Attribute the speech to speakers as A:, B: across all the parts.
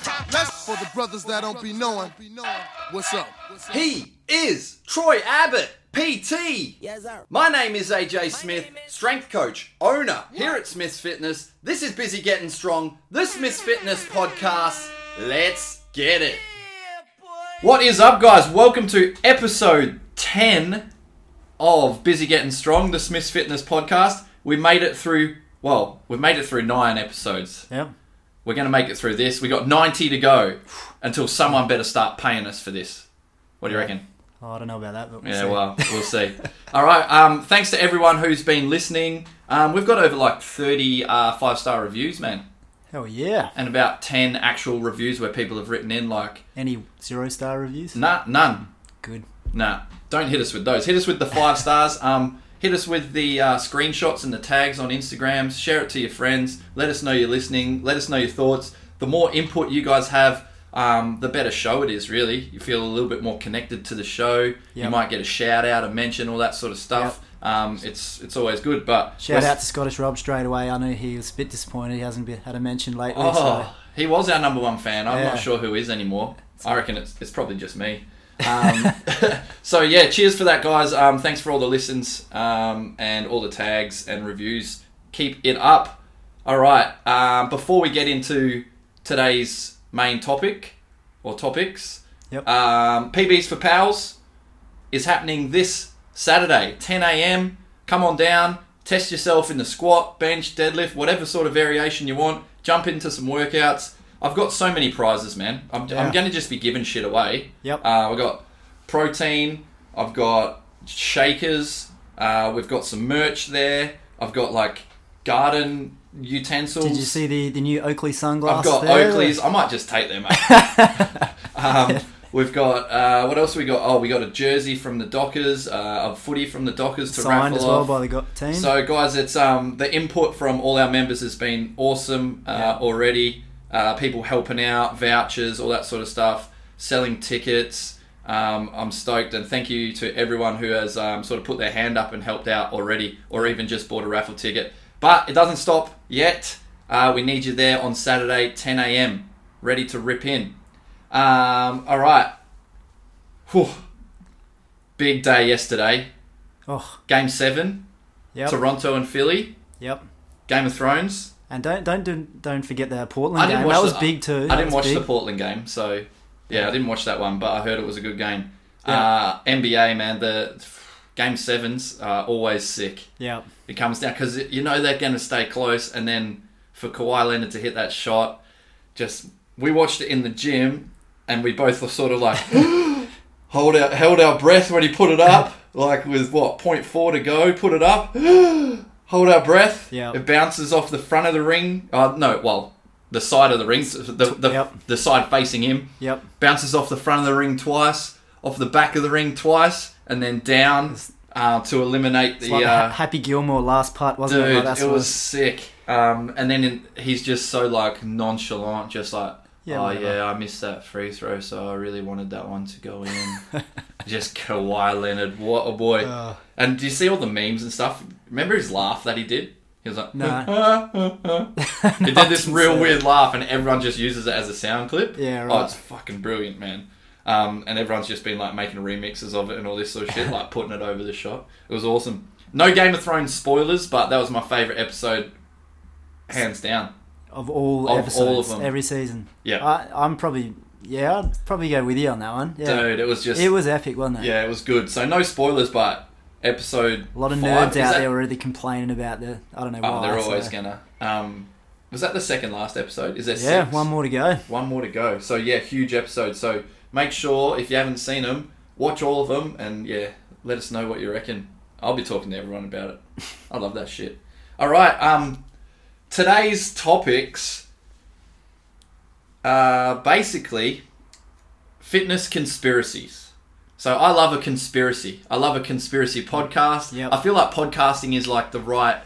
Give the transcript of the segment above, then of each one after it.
A: For the brothers that don't be knowing, what's up?
B: He is Troy Abbott, PT.
C: Yes, sir.
B: My name is AJ Smith,
C: name is-
B: strength coach, owner here at Smith's Fitness. This is Busy Getting Strong, the Smith's Fitness podcast. Let's get it. What is up, guys? Welcome to episode 10 of Busy Getting Strong, the Smith's Fitness podcast. We made it through, well, we've made it through nine episodes.
D: Yeah.
B: We're going to make it through this. We got 90 to go until someone better start paying us for this. What do you reckon?
D: Oh, I don't know about that, but we'll
B: Yeah,
D: see.
B: well, we'll see. All right. Um, thanks to everyone who's been listening. Um, we've got over like 30 uh, five star reviews, man,
D: Hell yeah.
B: and about 10 actual reviews where people have written in like,
D: Any zero star reviews?
B: nah, none.
D: Good.
B: Nah, don't hit us with those. Hit us with the five stars. Um, hit us with the uh, screenshots and the tags on Instagram. Share it to your friends. Let us know you're listening. Let us know your thoughts. The more input you guys have, um, the better show it is. Really, you feel a little bit more connected to the show. You
D: Yep.
B: might get a shout out, a mention, all that sort of stuff. Um, it's it's always good. But
D: Shout out to Scottish Rob straight away. I know he was a bit disappointed. He hasn't been, had a mention lately.
B: Oh, he was our number one fan. I'm
D: Yeah.
B: not sure who is anymore. I reckon it's, it's probably just me. Um, so yeah, cheers for that, guys. Um, thanks for all the listens um, and all the tags and reviews. Keep it up. All right. Um, before we get into today's main topic or topics,
D: Yep.
B: um, PBs for pals is happening this Saturday, 10 a.m. Come on down, test yourself in the squat, bench, deadlift, whatever sort of variation you want. Jump into some workouts. I've got so many prizes, man. I'm,
D: Yeah.
B: I'm going to just be giving shit away.
D: Yep.
B: Uh, I've got protein. I've got shakers. Uh, we've got some merch there. I've got like garden utensils.
D: Did you see the, the new Oakley
B: I've
D: sunglasses?
B: got
D: there?
B: Oakleys. I might just take them. mate. um, we've got uh, what else? We got oh, we got a jersey from the Dockers, uh, a footy from the Dockers to
D: Signed
B: raffle
D: as well
B: off.
D: by the go- team.
B: So guys, it's um, the input from all our members has been awesome uh,
D: Yeah.
B: already. Uh, people helping out, vouchers, all that sort of stuff, selling tickets. Um, I'm stoked, and thank you to everyone who has um, sort of put their hand up and helped out already, or even just bought a raffle ticket. But it doesn't stop yet. Uh, we need you there on Saturday, 10 a.m., ready to rip in. Um, all right. Whew. Big day yesterday.
D: oh,
B: Game seven.
D: yep.
B: Toronto and Philly,
D: Yep.
B: Game of Thrones.
D: And don't don't do, don't forget the Portland
B: I didn't
D: game.
B: watch
D: That was
B: the-
D: big too.
B: I
D: That
B: didn't
D: was
B: watch
D: big.
B: the Portland game, so yeah, I didn't watch that one, but I heard it was a good game.
D: Yeah.
B: Uh, NBA man, the game sevens are always sick.
D: Yep.
B: It comes down because you know they're going to stay close, and then for Kawhi Leonard to hit that shot, just we watched it in the gym, and we both were sort of like hold our held our breath when he put it up, like with what 0.4 to go, put it up, hold our breath.
D: Yeah.
B: it bounces off the front of the ring. Uh, no, well, the side of the ring, the the,
D: Yep.
B: the side facing him
D: Yep.
B: bounces off the front of the ring twice, off the back of the ring twice, and then down uh, to eliminate the.
D: Like the
B: uh,
D: Ha- Happy Gilmore last part, wasn't it?
B: Dude,
D: Like, that's
B: it
D: what-
B: was sick. Um, and then in, he's just so like nonchalant, just like,
D: Yeah,
B: oh
D: whatever."
B: yeah, I missed that free throw, so I really wanted that one to go in. just Kawhi Leonard, what a boy!
D: Oh.
B: and do you see all the memes and stuff? Remember his laugh that he did? He was like,
D: No.
B: he
D: No, I
B: did this
D: didn't
B: real
D: see
B: weird laugh, and everyone just uses it as a sound clip.
D: Yeah,
B: Oh,
D: right.
B: it's fucking brilliant, man. Um, and everyone's just been like making remixes of it and all this sort of shit, like putting it over the shot. It was awesome. No Game of Thrones spoilers, but that was my favorite episode, hands down.
D: of all
B: Of all
D: episodes,
B: of them.
D: every season.
B: Yeah.
D: I, I'm probably yeah, I'd probably go with you on that one. Yeah,
B: Dude, it was just
D: it was epic, wasn't it?
B: yeah, it was good. So no spoilers, but episode
D: A lot of nerds
B: five, is
D: out
B: that-
D: there were really complaining about the I don't know
B: Oh,
D: why.
B: they're always
D: so-
B: gonna. Um, was that the second last episode? Is there
D: Yeah,
B: six?
D: one more to go.
B: One more to go. So yeah, huge episode. So make sure if you haven't seen them, watch all of them, and yeah, let us know what you reckon. I'll be talking to everyone about it. I love that shit. All right. Um, today's topics. Uh, basically, fitness conspiracies. So I love a conspiracy. I love a conspiracy podcast.
D: Yep.
B: I feel like podcasting is like the right.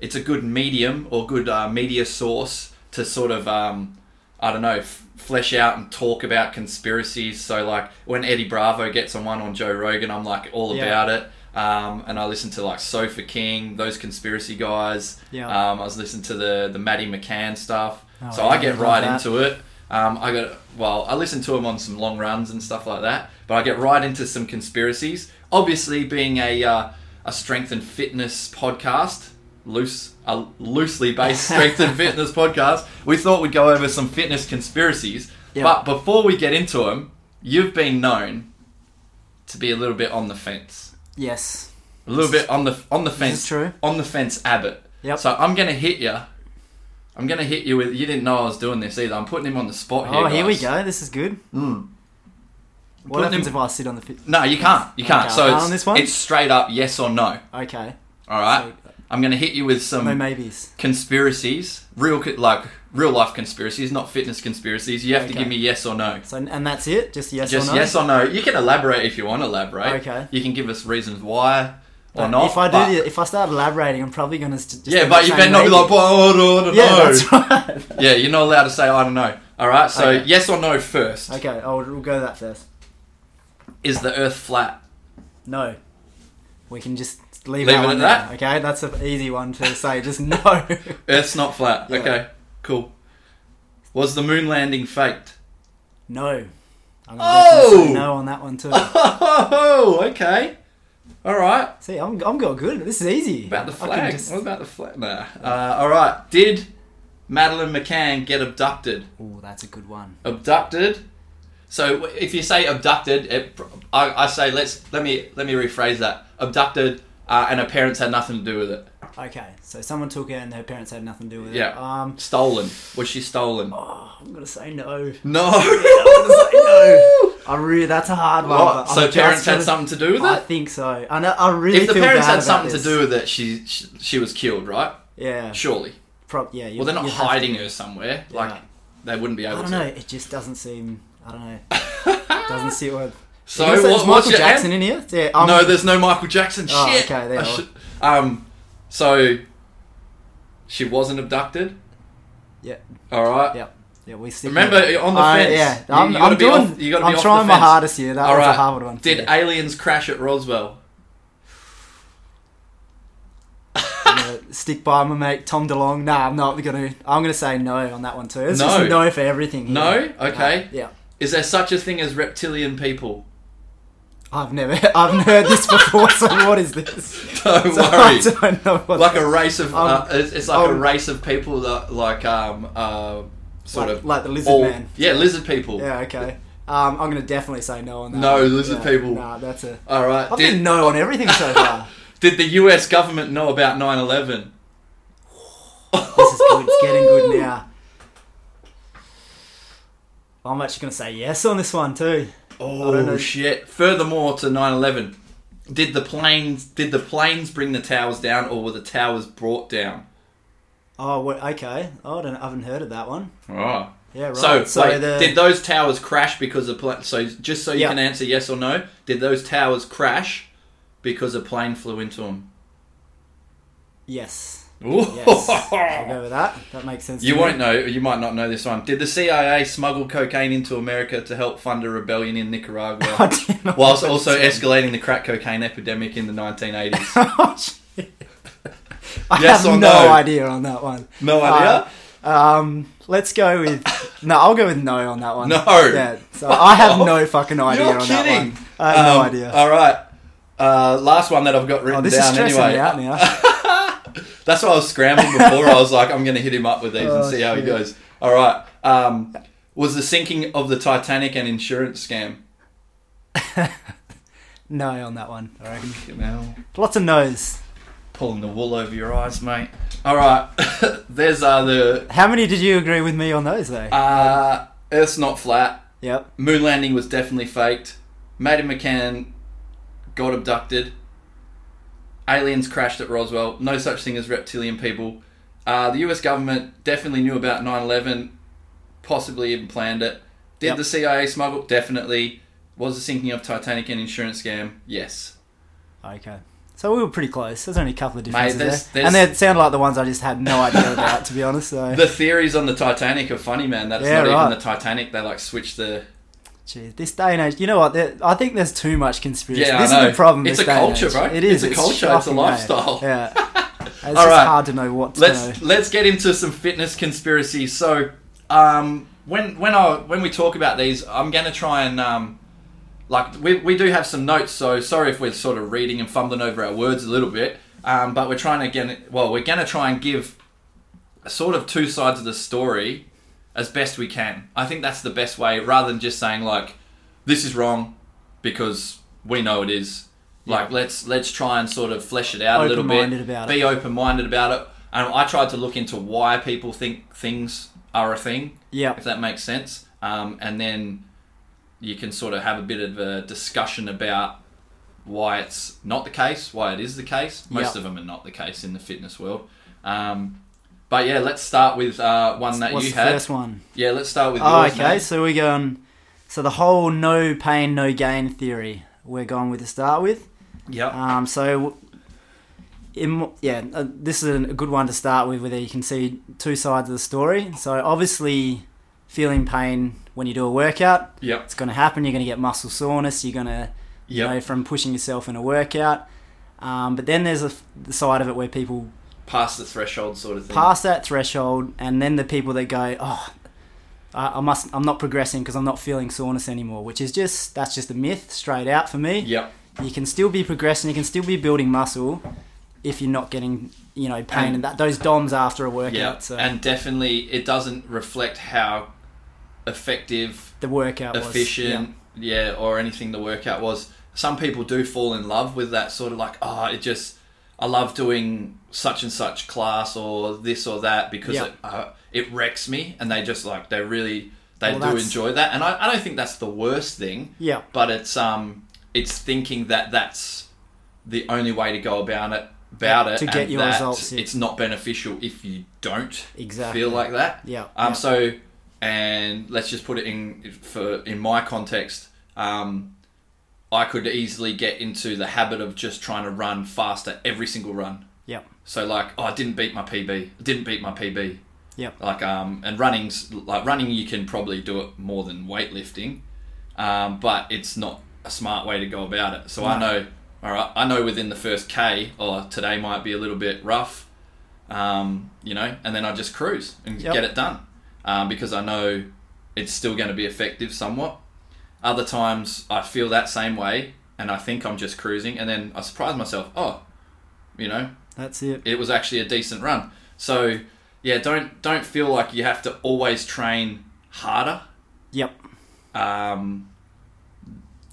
B: It's a good medium or good uh, media source to sort of um, I don't know f- flesh out and talk about conspiracies. So like when Eddie Bravo gets on one on Joe Rogan, I'm like all
D: Yeah.
B: about it. Um, and I listen to like Sofa King, those conspiracy guys.
D: Yeah.
B: Um, I was listening to the the Maddie McCann stuff.
D: Oh,
B: so
D: yeah,
B: I
D: I
B: get
D: love
B: right
D: that.
B: into it. Um, I got well. I listen to him on some long runs and stuff like that, but I get right into some conspiracies. Obviously, being a uh, a strength and fitness podcast, loose a loosely based strength and fitness podcast, we thought we'd go over some fitness conspiracies.
D: Yeah.
B: But before we get into them, you've been known to be a little bit on the fence.
D: Yes.
B: A little bit on the on the fence.
D: is true.
B: On the fence, Abbott.
D: Yep.
B: So I'm gonna hit you. I'm gonna hit you with. You didn't know I was doing this either. I'm putting him on the spot here.
D: oh, here we
B: guys.
D: go. This is good. What
B: Putting
D: happens
B: him-
D: if I sit on the fit?
B: No, you can't. You can't.
D: Okay,
B: So
D: I'm
B: it's,
D: on this one?
B: it's straight up yes or no.
D: Okay.
B: All right.
D: So-
B: I'm gonna hit you with some
D: No maybes.
B: conspiracies, real co- like real life conspiracies, not fitness conspiracies. You have to
D: Okay.
B: give me yes or no.
D: So and that's it. Just yes
B: Just
D: or no.
B: yes or no. You can elaborate if you want to elaborate.
D: Okay.
B: You can give us reasons why or
D: But
B: not.
D: If I do,
B: but-
D: the, if I start elaborating, I'm probably gonna. s- Just
B: yeah, but you better not be like, oh, I don't
D: Yeah,
B: know.
D: that's right.
B: Yeah, you're not allowed to say I don't know. All right, so
D: Okay.
B: yes or no first.
D: okay, I'll, we'll go that first.
B: Is the Earth flat?
D: No, we can just leave,
B: Leave
D: that
B: it
D: one
B: at
D: there, Okay, that's an easy one to say. Just no.
B: Earth's not flat.
D: Yeah.
B: Okay, cool. Was the moon landing faked?
D: no. I'm gonna
B: Oh!
D: definitely say no on that one too.
B: Oh, okay. All right.
D: See, I'm I'm got good. This is easy.
B: About the
D: I can
B: flag.
D: just-
B: What about the flag? Nah. Uh, all right. Did Madeline McCann get abducted?
D: Oh, that's a good one.
B: Abducted. So w- if you say abducted, it, pr- I, I say let's let me let me rephrase that. Abducted, uh, and her parents had nothing to do with it.
D: Okay, so someone took it and her parents had nothing to do with it.
B: Yeah.
D: Um,
B: Stolen. Was she stolen?
D: oh, I'm gonna say no.
B: No.
D: I'm gonna say no. I really, that's a hard one.
B: What?
D: but I'm
B: So
D: just
B: parents had
D: gonna-
B: something to do with
D: I
B: it?
D: think so. I know. I really.
B: If the
D: feel
B: parents
D: bad
B: had
D: about
B: something
D: this.
B: to do with it, she she, she was killed, right?
D: yeah,
B: Surely.
D: prob- yeah. You,
B: Well, they're not
D: you'd have to-
B: hiding her somewhere. Like they wouldn't be
D: I
B: able
D: don't
B: to.
D: know. It just doesn't seem. I don't know. doesn't sit well.
B: So
D: You gonna say there's
B: what, what's
D: Michael
B: your
D: Jackson
B: an-
D: in here? Yeah. Um,
B: No, there's no Michael Jackson.
D: Oh,
B: Shit.
D: okay, there
B: I
D: you are.
B: should- um, so she wasn't abducted.
D: Yeah.
B: All right.
D: Yeah. Yeah. We stick
B: Remember
D: with it.
B: on the
D: I-
B: fence.
D: Yeah.
B: You-
D: I'm,
B: you gotta
D: I'm
B: be
D: doing.
B: off- you gotta be
D: I'm
B: off the
D: trying my
B: fence.
D: hardest here. That
B: All
D: was
B: right.
D: a hard one.
B: Did
D: yeah.
B: aliens crash at Roswell?
D: I'm gonna stick by my mate Tom DeLong. Nah, I'm not gonna. I'm gonna say no on that one too. It's just
B: No.
D: a no for everything. here.
B: No. Okay.
D: Uh, yeah.
B: Is there such a thing as reptilian people?
D: I've never, I've never heard this before. So what is this?
B: Don't
D: So
B: worry.
D: I don't know what.
B: like a race of
D: Um,
B: uh, it's, it's like a
D: um,
B: race of people that like um uh, sort
D: Like-
B: of
D: like the lizard man.
B: yeah lizard people
D: yeah, okay. Um, I'm gonna definitely say no on that.
B: No,
D: one.
B: lizard
D: Yeah,
B: people.
D: Nah, that's a.
B: all right
D: I've been
B: did,
D: no on everything so far.
B: did the US government know about 9/11
D: this is good. It's getting good now. I'm actually gonna say yes on this one too. don't
B: oh
D: know.
B: shit furthermore to 9/11 did the planes did the planes bring the towers down or were the towers brought down
D: Oh, wait, okay. Oh, I don't. I haven't heard of that one.
B: oh
D: Yeah, right.
B: so, wait,
D: the,
B: did those towers crash because of pla- so just so you
D: Yeah.
B: can answer yes or no did those towers crash because a plane flew into them
D: yes,
B: Ooh.
D: yes. I'll go with that. That makes sense.
B: You
D: to
B: won't
D: Me.
B: know. You might not know this one. Did the CIA smuggle cocaine into America to help fund a rebellion in
D: I
B: Nicaragua,
D: didn't know
B: whilst
D: what
B: also
D: it
B: escalating the crack cocaine epidemic in the 1980s?
D: was. Oh, I
B: Yes
D: have
B: or
D: no
B: no?
D: idea on that one.
B: No idea.
D: Um, let's go with no. I'll go with no on that one.
B: No.
D: Yeah. So I have no fucking idea
B: You're
D: on
B: kidding.
D: that one. I have no
B: Um,
D: idea.
B: All right. Uh, last one that I've got written
D: oh, this is
B: down
D: stressing
B: anyway.
D: me out now.
B: That's why I was scrambling before. I was like, I'm going to hit him up with these and
D: Oh,
B: see how he
D: shit.
B: goes. All right. Um, was the sinking of the Titanic an insurance scam?
D: no on that one. I reckon.
B: You know.
D: Lots of no's.
B: Pulling the wool over your eyes, mate. All right. There's uh, the
D: How many did you agree with me on those though?
B: uh, Earth's not flat.
D: yep.
B: Moon landing was definitely faked. Maddie McCann got abducted. Aliens crashed at Roswell. No such thing as reptilian people. Uh, the US government definitely knew about 9 11, possibly even planned it. Did
D: Yep.
B: the CIA smuggle? Definitely. Was the sinking of Titanic an insurance scam? Yes.
D: Okay. So we were pretty close. There's only a couple of differences
B: there's-
D: there,
B: there's-
D: and they sound like the ones I just had no idea about, to be honest. So,
B: The theories on the Titanic are funny, man. That's
D: Yeah,
B: not
D: right.
B: even the Titanic. They like switched the.
D: Jeez, this day and age, you know what? There, I think there's too much conspiracy.
B: Yeah, I
D: this
B: know.
D: is the problem.
B: It's
D: this
B: a
D: day and
B: culture,
D: age.
B: bro.
D: It is.
B: It's a culture, it's a
D: shocking, eh?
B: lifestyle.
D: Yeah. It's just
B: right.
D: hard to know what to know.
B: Let's let's get into some fitness conspiracies. So, um, when when I when we talk about these, I'm gonna try and um, like we we do have some notes. So sorry if we're sort of reading and fumbling over our words a little bit. Um, but we're trying to get well, we're gonna try and give sort of two sides of the story as best we can. I think that's the best way, rather than just saying like this is wrong because we know it is. Like let's let's try and sort of flesh it out a little bit.
D: Open-minded about it.
B: Be open minded about it. And I tried to look into why people think things are a thing.
D: Yeah.
B: If that makes sense. Um, and then you can sort of have a bit of a discussion about why it's not the case, why it is the case. Most
D: Yeah.
B: of them are not the case in the fitness world. Um, but yeah, let's start with uh, one that
D: What's
B: you
D: the
B: had.
D: first one?
B: Yeah, let's start with
D: Oh,
B: yours,
D: okay.
B: mate.
D: So we're going. So the whole no pain, no gain theory we're going with to start with.
B: Yep.
D: Um, so, in, yeah, uh, this is a good one to start with, where you can see two sides of the story. So obviously, feeling pain when you do a workout,
B: yep.
D: it's going to happen. You're going to get muscle soreness. You're going to you know
B: Yep.
D: from pushing yourself in a workout. Um, but then there's a, f- the side of it where people
B: Past the threshold sort of thing.
D: past that threshold, and then the people that go, oh, I, I must, I'm not progressing because I'm not feeling soreness anymore, which is just that's just a myth straight out for me.
B: Yep.
D: You can still be progressing, you can still be building muscle if you're not getting, you know, pain and,
B: And-
D: that those DOMs after a workout.
B: Yeah.
D: So
B: And definitely, it doesn't reflect how effective
D: the workout was
B: efficient, yeah. or anything the workout was. Some people do fall in love with that sort of like, oh, it just, I love doing such and such class or this or that because
D: Yeah.
B: it, uh, it wrecks me, and they just like they really they
D: Well,
B: do
D: that's-
B: enjoy that, and I, I don't think that's the worst thing.
D: Yeah.
B: but it's um, it's thinking that that's the only way to go about it. About it
D: To
B: and
D: get your
B: that
D: results, yeah.
B: It's not beneficial if you don't
D: Exactly.
B: feel like that.
D: Yeah,
B: Um.
D: yeah.
B: So, and let's just put it in for in my context. Um, I could easily get into the habit of just trying to run faster every single run.
D: Yeah. Yep.
B: So like, oh, I didn't beat my PB. I didn't beat my PB.
D: Yep.
B: Like um, and running's like running, you can probably do it more than weightlifting, um, but it's not a smart way to go about it. So I know, all right, I know within the first K, oh, today might be a little bit rough, um, you know, and then I just cruise and
D: Yep.
B: get it done, um, because I know it's still going to be effective somewhat. Other times I feel that same way, and I think I'm just cruising, and then I surprise myself, oh, you know,
D: That's it.
B: it was actually a decent run. So yeah, don't don't feel like you have to always train harder
D: Yep.
B: um,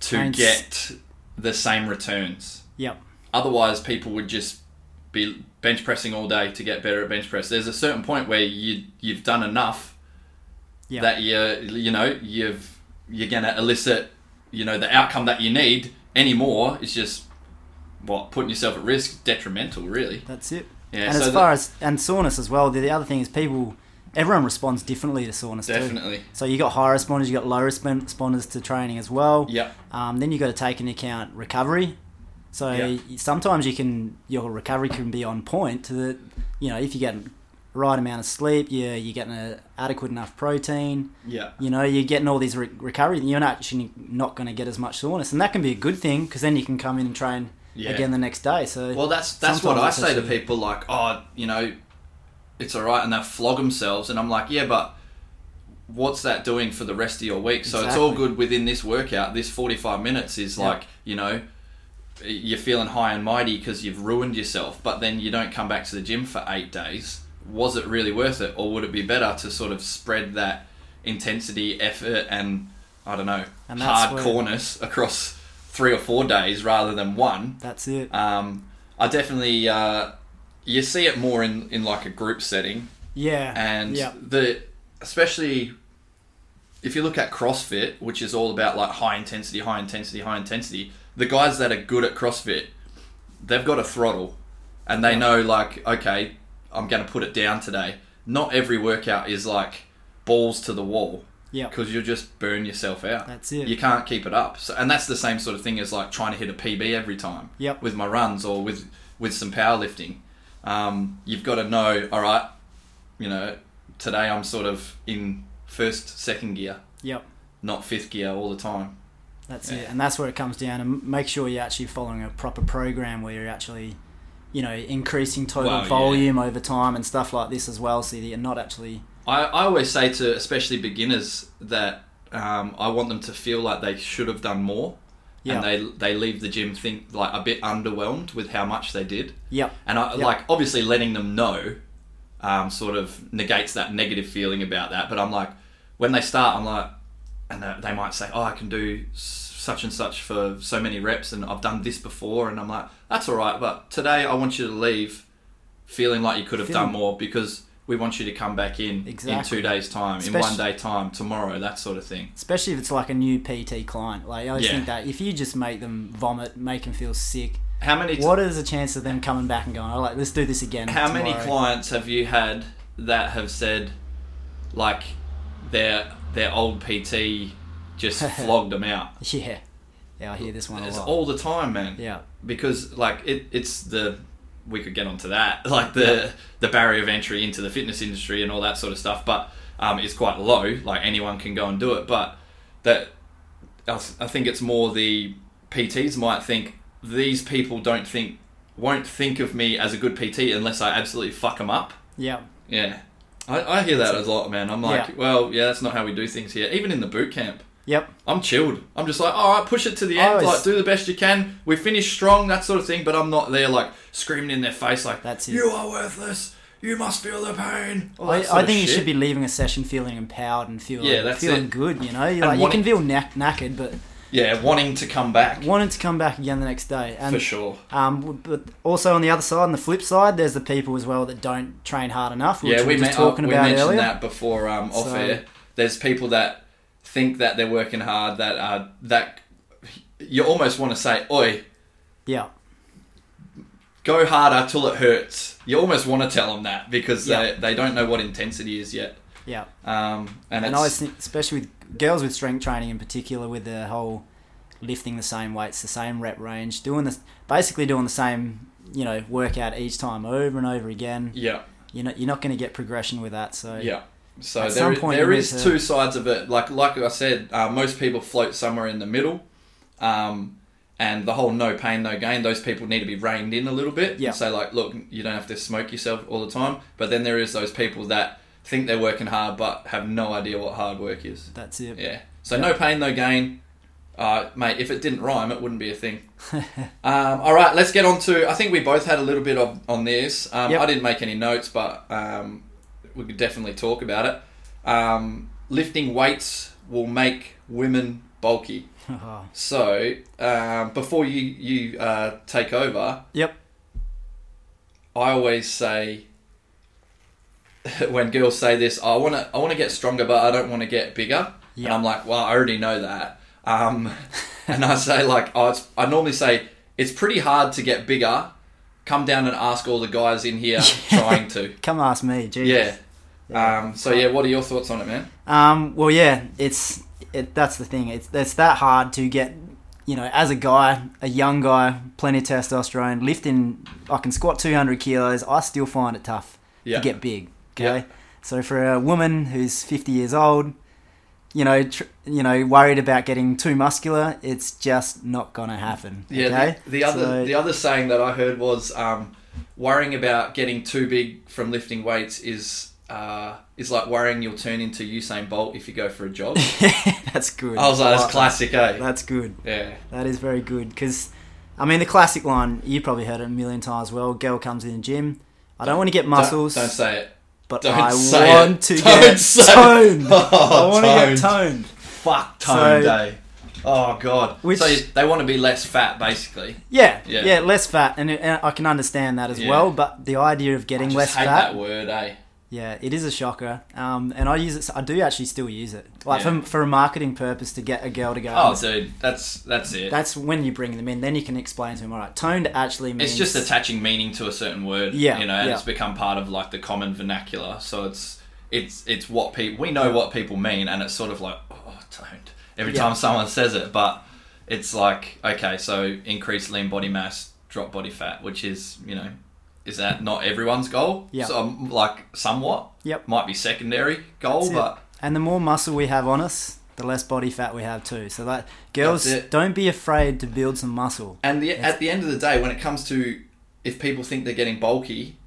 B: to
D: Train s-
B: get the same returns.
D: Yep.
B: Otherwise, people would just be bench pressing all day to get better at bench press. There's a certain point where you you've done enough
D: Yeah.
B: that you you know you've you're gonna elicit you know the outcome that you need anymore. It's just what putting yourself at risk, detrimental, really.
D: That's it.
B: Yeah,
D: and
B: so
D: as
B: the-
D: far as and soreness as well, the, the other thing is people, everyone responds differently to soreness too.
B: Definitely.
D: So you got high responders, you got low respon- responders to training as well.
B: Yep.
D: Um, then you got to take into account recovery. So
B: Yeah.
D: y sometimes you can your recovery can be on point to the, you know, if you get right amount of sleep, you you're getting a adequate enough protein.
B: Yeah.
D: You know, you're getting all these re- recovery. You're not actually not going to get as much soreness, and that can be a good thing because then you can come in and train
B: Yeah.
D: again the next day. So
B: Well, that's that's
D: Sometimes
B: what I
D: it's
B: say to
D: actually-
B: people. Like, oh, you know, it's all right, and they flog themselves, and I'm like, yeah, but what's that doing for the rest of your week? So it's all
D: Exactly.
B: good within this workout. This 45 minutes is
D: Yeah.
B: like, you know, you're feeling high and mighty because you've ruined yourself, but then you don't come back to the gym for eight days. Was it really worth it, or would it be better to sort of spread that intensity, effort, and I don't know,
D: And that's where-
B: hardcoreness across three or four days rather than one?
D: that's it.
B: Um, I definitely uh, you see it more in, in like a group setting,
D: yeah.
B: and
D: yeah.
B: the especially if you look at CrossFit, which is all about like high intensity, high intensity, high intensity. The guys that are good at CrossFit, they've got a throttle, and they know like okay, I'm going to put it down today. Not every workout is like balls to the wall.
D: Yeah.
B: Because you'll just burn yourself out.
D: That's it.
B: You can't keep it up. So, and that's the same sort of thing as like trying to hit a PB every time.
D: Yep.
B: With my runs or with with some powerlifting, um, you've got to know. All right, you know, today I'm sort of in first, second gear,
D: Yep.
B: not fifth gear all the time.
D: That's
B: Yeah.
D: it, and that's where it comes down. And make sure you're actually following a proper program where you're actually, you know, increasing total
B: Well, yeah.
D: volume over time and stuff like this as well, so that you're not actually
B: I, I always say to especially beginners that um, I want them to feel like they should have done more.
D: Yeah.
B: And they they leave the gym think like a bit underwhelmed with how much they did.
D: Yep.
B: And I
D: Yep.
B: like obviously letting them know um, sort of negates that negative feeling about that. But I'm like, when they start, I'm like, and they- they might say, oh, I can do s- such and such for so many reps, and I've done this before, and I'm like, that's all right. But today, I want you to leave feeling like you could have
D: Feeling-
B: done more because we want you to come back in in
D: Exactly.
B: two days' time, in one
D: Especially-
B: day time, tomorrow, that sort of thing.
D: especially if it's like a new PT client. Like I always
B: Yeah.
D: think that if you just make them vomit, make them feel sick,
B: How many?
D: what is the chance of them coming back and going, "Oh, like, let's do this again"?
B: How many
D: tomorrow?"
B: clients have you had that have said, like, their their old PT just flogged them out?
D: Yeah, yeah, I hear this one a
B: It's
D: lot.
B: all the time, man.
D: yeah,
B: Because like it, it's the we could get onto that, like the the barrier of entry into the fitness industry and all that sort of stuff, but um, it's quite low. Like anyone can go and do it, but that I th- I think it's more the PTs might think these people don't think won't think of me as a good PT unless I absolutely fuck them up.
D: yeah,
B: Yeah. I, I hear that a lot, man. I'm like,
D: Yeah.
B: well, yeah, that's not how we do things here. Even in the boot camp,
D: yep.
B: I'm chilled. I'm just like, all right, push it to the
D: I
B: end.
D: was-
B: Like, do the best you can. We finish strong, that sort of thing. But I'm not there, like, screaming in their face, like,
D: That's it.
B: you are worthless. You must feel the pain. All that
D: I,
B: sort
D: I
B: of
D: think you
B: shit.
D: should be leaving a session feeling empowered and feeling
B: Yeah, that's
D: feeling
B: it.
D: good. You know, You're like, you can
B: wanting-
D: feel knack- knackered, but
B: Yeah, wanting to come back.
D: wanting to come back again the next day. And
B: for sure.
D: Um, but also on the other side, on the flip side, there's the people as well that don't train hard enough, which
B: Yeah,
D: we
B: we,
D: were
B: men-
D: just talking
B: we
D: about
B: mentioned
D: earlier.
B: that before um, off
D: So-
B: air. There's people that think that they're working hard, that uh, that you almost want to say, oi,
D: Yeah,
B: go harder till it hurts. You almost want to tell them that because
D: Yeah.
B: they, they don't know what intensity is yet.
D: yeah.
B: Um, and,
D: And I always
B: it's,
D: think, especially with girls with strength training in particular, with the whole lifting the same weights, the same rep range, doing this, basically doing the same, you know, workout each time over and over again.
B: yeah,
D: You're not, you're not going to get progression with that. So
B: yeah. So
D: At
B: there,
D: some
B: i-
D: point
B: there
D: you
B: is
D: need to-
B: two sides of it. Like like I said, uh, most people float somewhere in the middle, um, and the whole no pain no gain. Those people need to be reined in a little bit.
D: Yeah.
B: And say like, look, you don't have to smoke yourself all the time. But then there is those people that think they're working hard but have no idea what hard work is.
D: that's it.
B: Yeah. So no pain, no gain. Uh, mate, if it didn't rhyme, it wouldn't be a thing. um, all right, let's get on to. I think we both had a little bit of on this. Um,
D: Yep.
B: I didn't make any notes, but um, we could definitely talk about it. Um, lifting weights will make women bulky.
D: Oh.
B: So um, before you you uh, take over,
D: yep.
B: I always say when girls say this, I want to I want to get stronger, but I don't want to get bigger. And
D: Yeah.
B: I'm like, well, I already know that. Um, and I say like, oh, it's, I normally say it's pretty hard to get bigger. Come down and ask all the guys in here trying to.
D: Come ask me. Geez.
B: Yeah. Um, so yeah, what are your thoughts on it, man?
D: Um, well, yeah, it's it, that's the thing. It's it's that hard to get, you know, as a guy, a young guy, plenty of testosterone, lifting. I can squat two hundred kilos. I still find it tough
B: Yeah.
D: to get big. Okay,
B: Yeah.
D: so for a woman who's fifty years old, you know, tr- you know, worried about getting too muscular, it's just not gonna happen.
B: Yeah.
D: okay?
B: The, the other
D: So-
B: the other saying that I heard was um, worrying about getting too big from lifting weights is uh, is like worrying you'll turn into Usain Bolt if you go for a jog.
D: that's good.
B: I was like,
D: I-
B: that's classic, eh?
D: That's good.
B: yeah.
D: That is very good because, I mean, the classic line you probably heard it a million times. Well, girl comes in the gym. I don't want to get muscles,
B: Don't, don't say it.
D: but
B: don't
D: I
B: say
D: want
B: it.
D: to
B: Don't
D: get
B: say it.
D: toned.
B: Oh,
D: I want to get
B: toned.
D: toned.
B: Fuck
D: So-
B: tone day. Oh god.
D: Which-
B: so you- they want to be less fat, basically.
D: Yeah,
B: Yeah.
D: yeah, less fat, and, and I can understand that as
B: Yeah.
D: well. But the idea of
B: I
D: getting
B: just
D: less
B: hate
D: fat,
B: that word, eh?
D: yeah, it is a shocker. Um, and I use it. I do actually still use it, like
B: Yeah.
D: for, for a marketing purpose to get a girl to go.
B: Oh, dude, that's that's it.
D: that's when you bring them in. Then you can explain to them. All right, toned actually means
B: it's just attaching meaning to a certain word.
D: Yeah,
B: You know, and
D: yeah.
B: it's become part of like the common vernacular. So it's it's it's what people we know what people mean, and it's sort of like oh toned every
D: Yeah.
B: time someone says it, but it's like okay, so increase lean body mass, drop body fat, which is you know. Is that not everyone's goal?
D: Yeah.
B: So, um, like somewhat.
D: Yep.
B: Might be secondary goal,
D: That's it.
B: but
D: And the more muscle we have on us, the less body fat we have too. So that girls,
B: That's it.
D: don't be afraid to build some muscle.
B: And the, at the end of the day, when it comes to if people think they're getting bulky,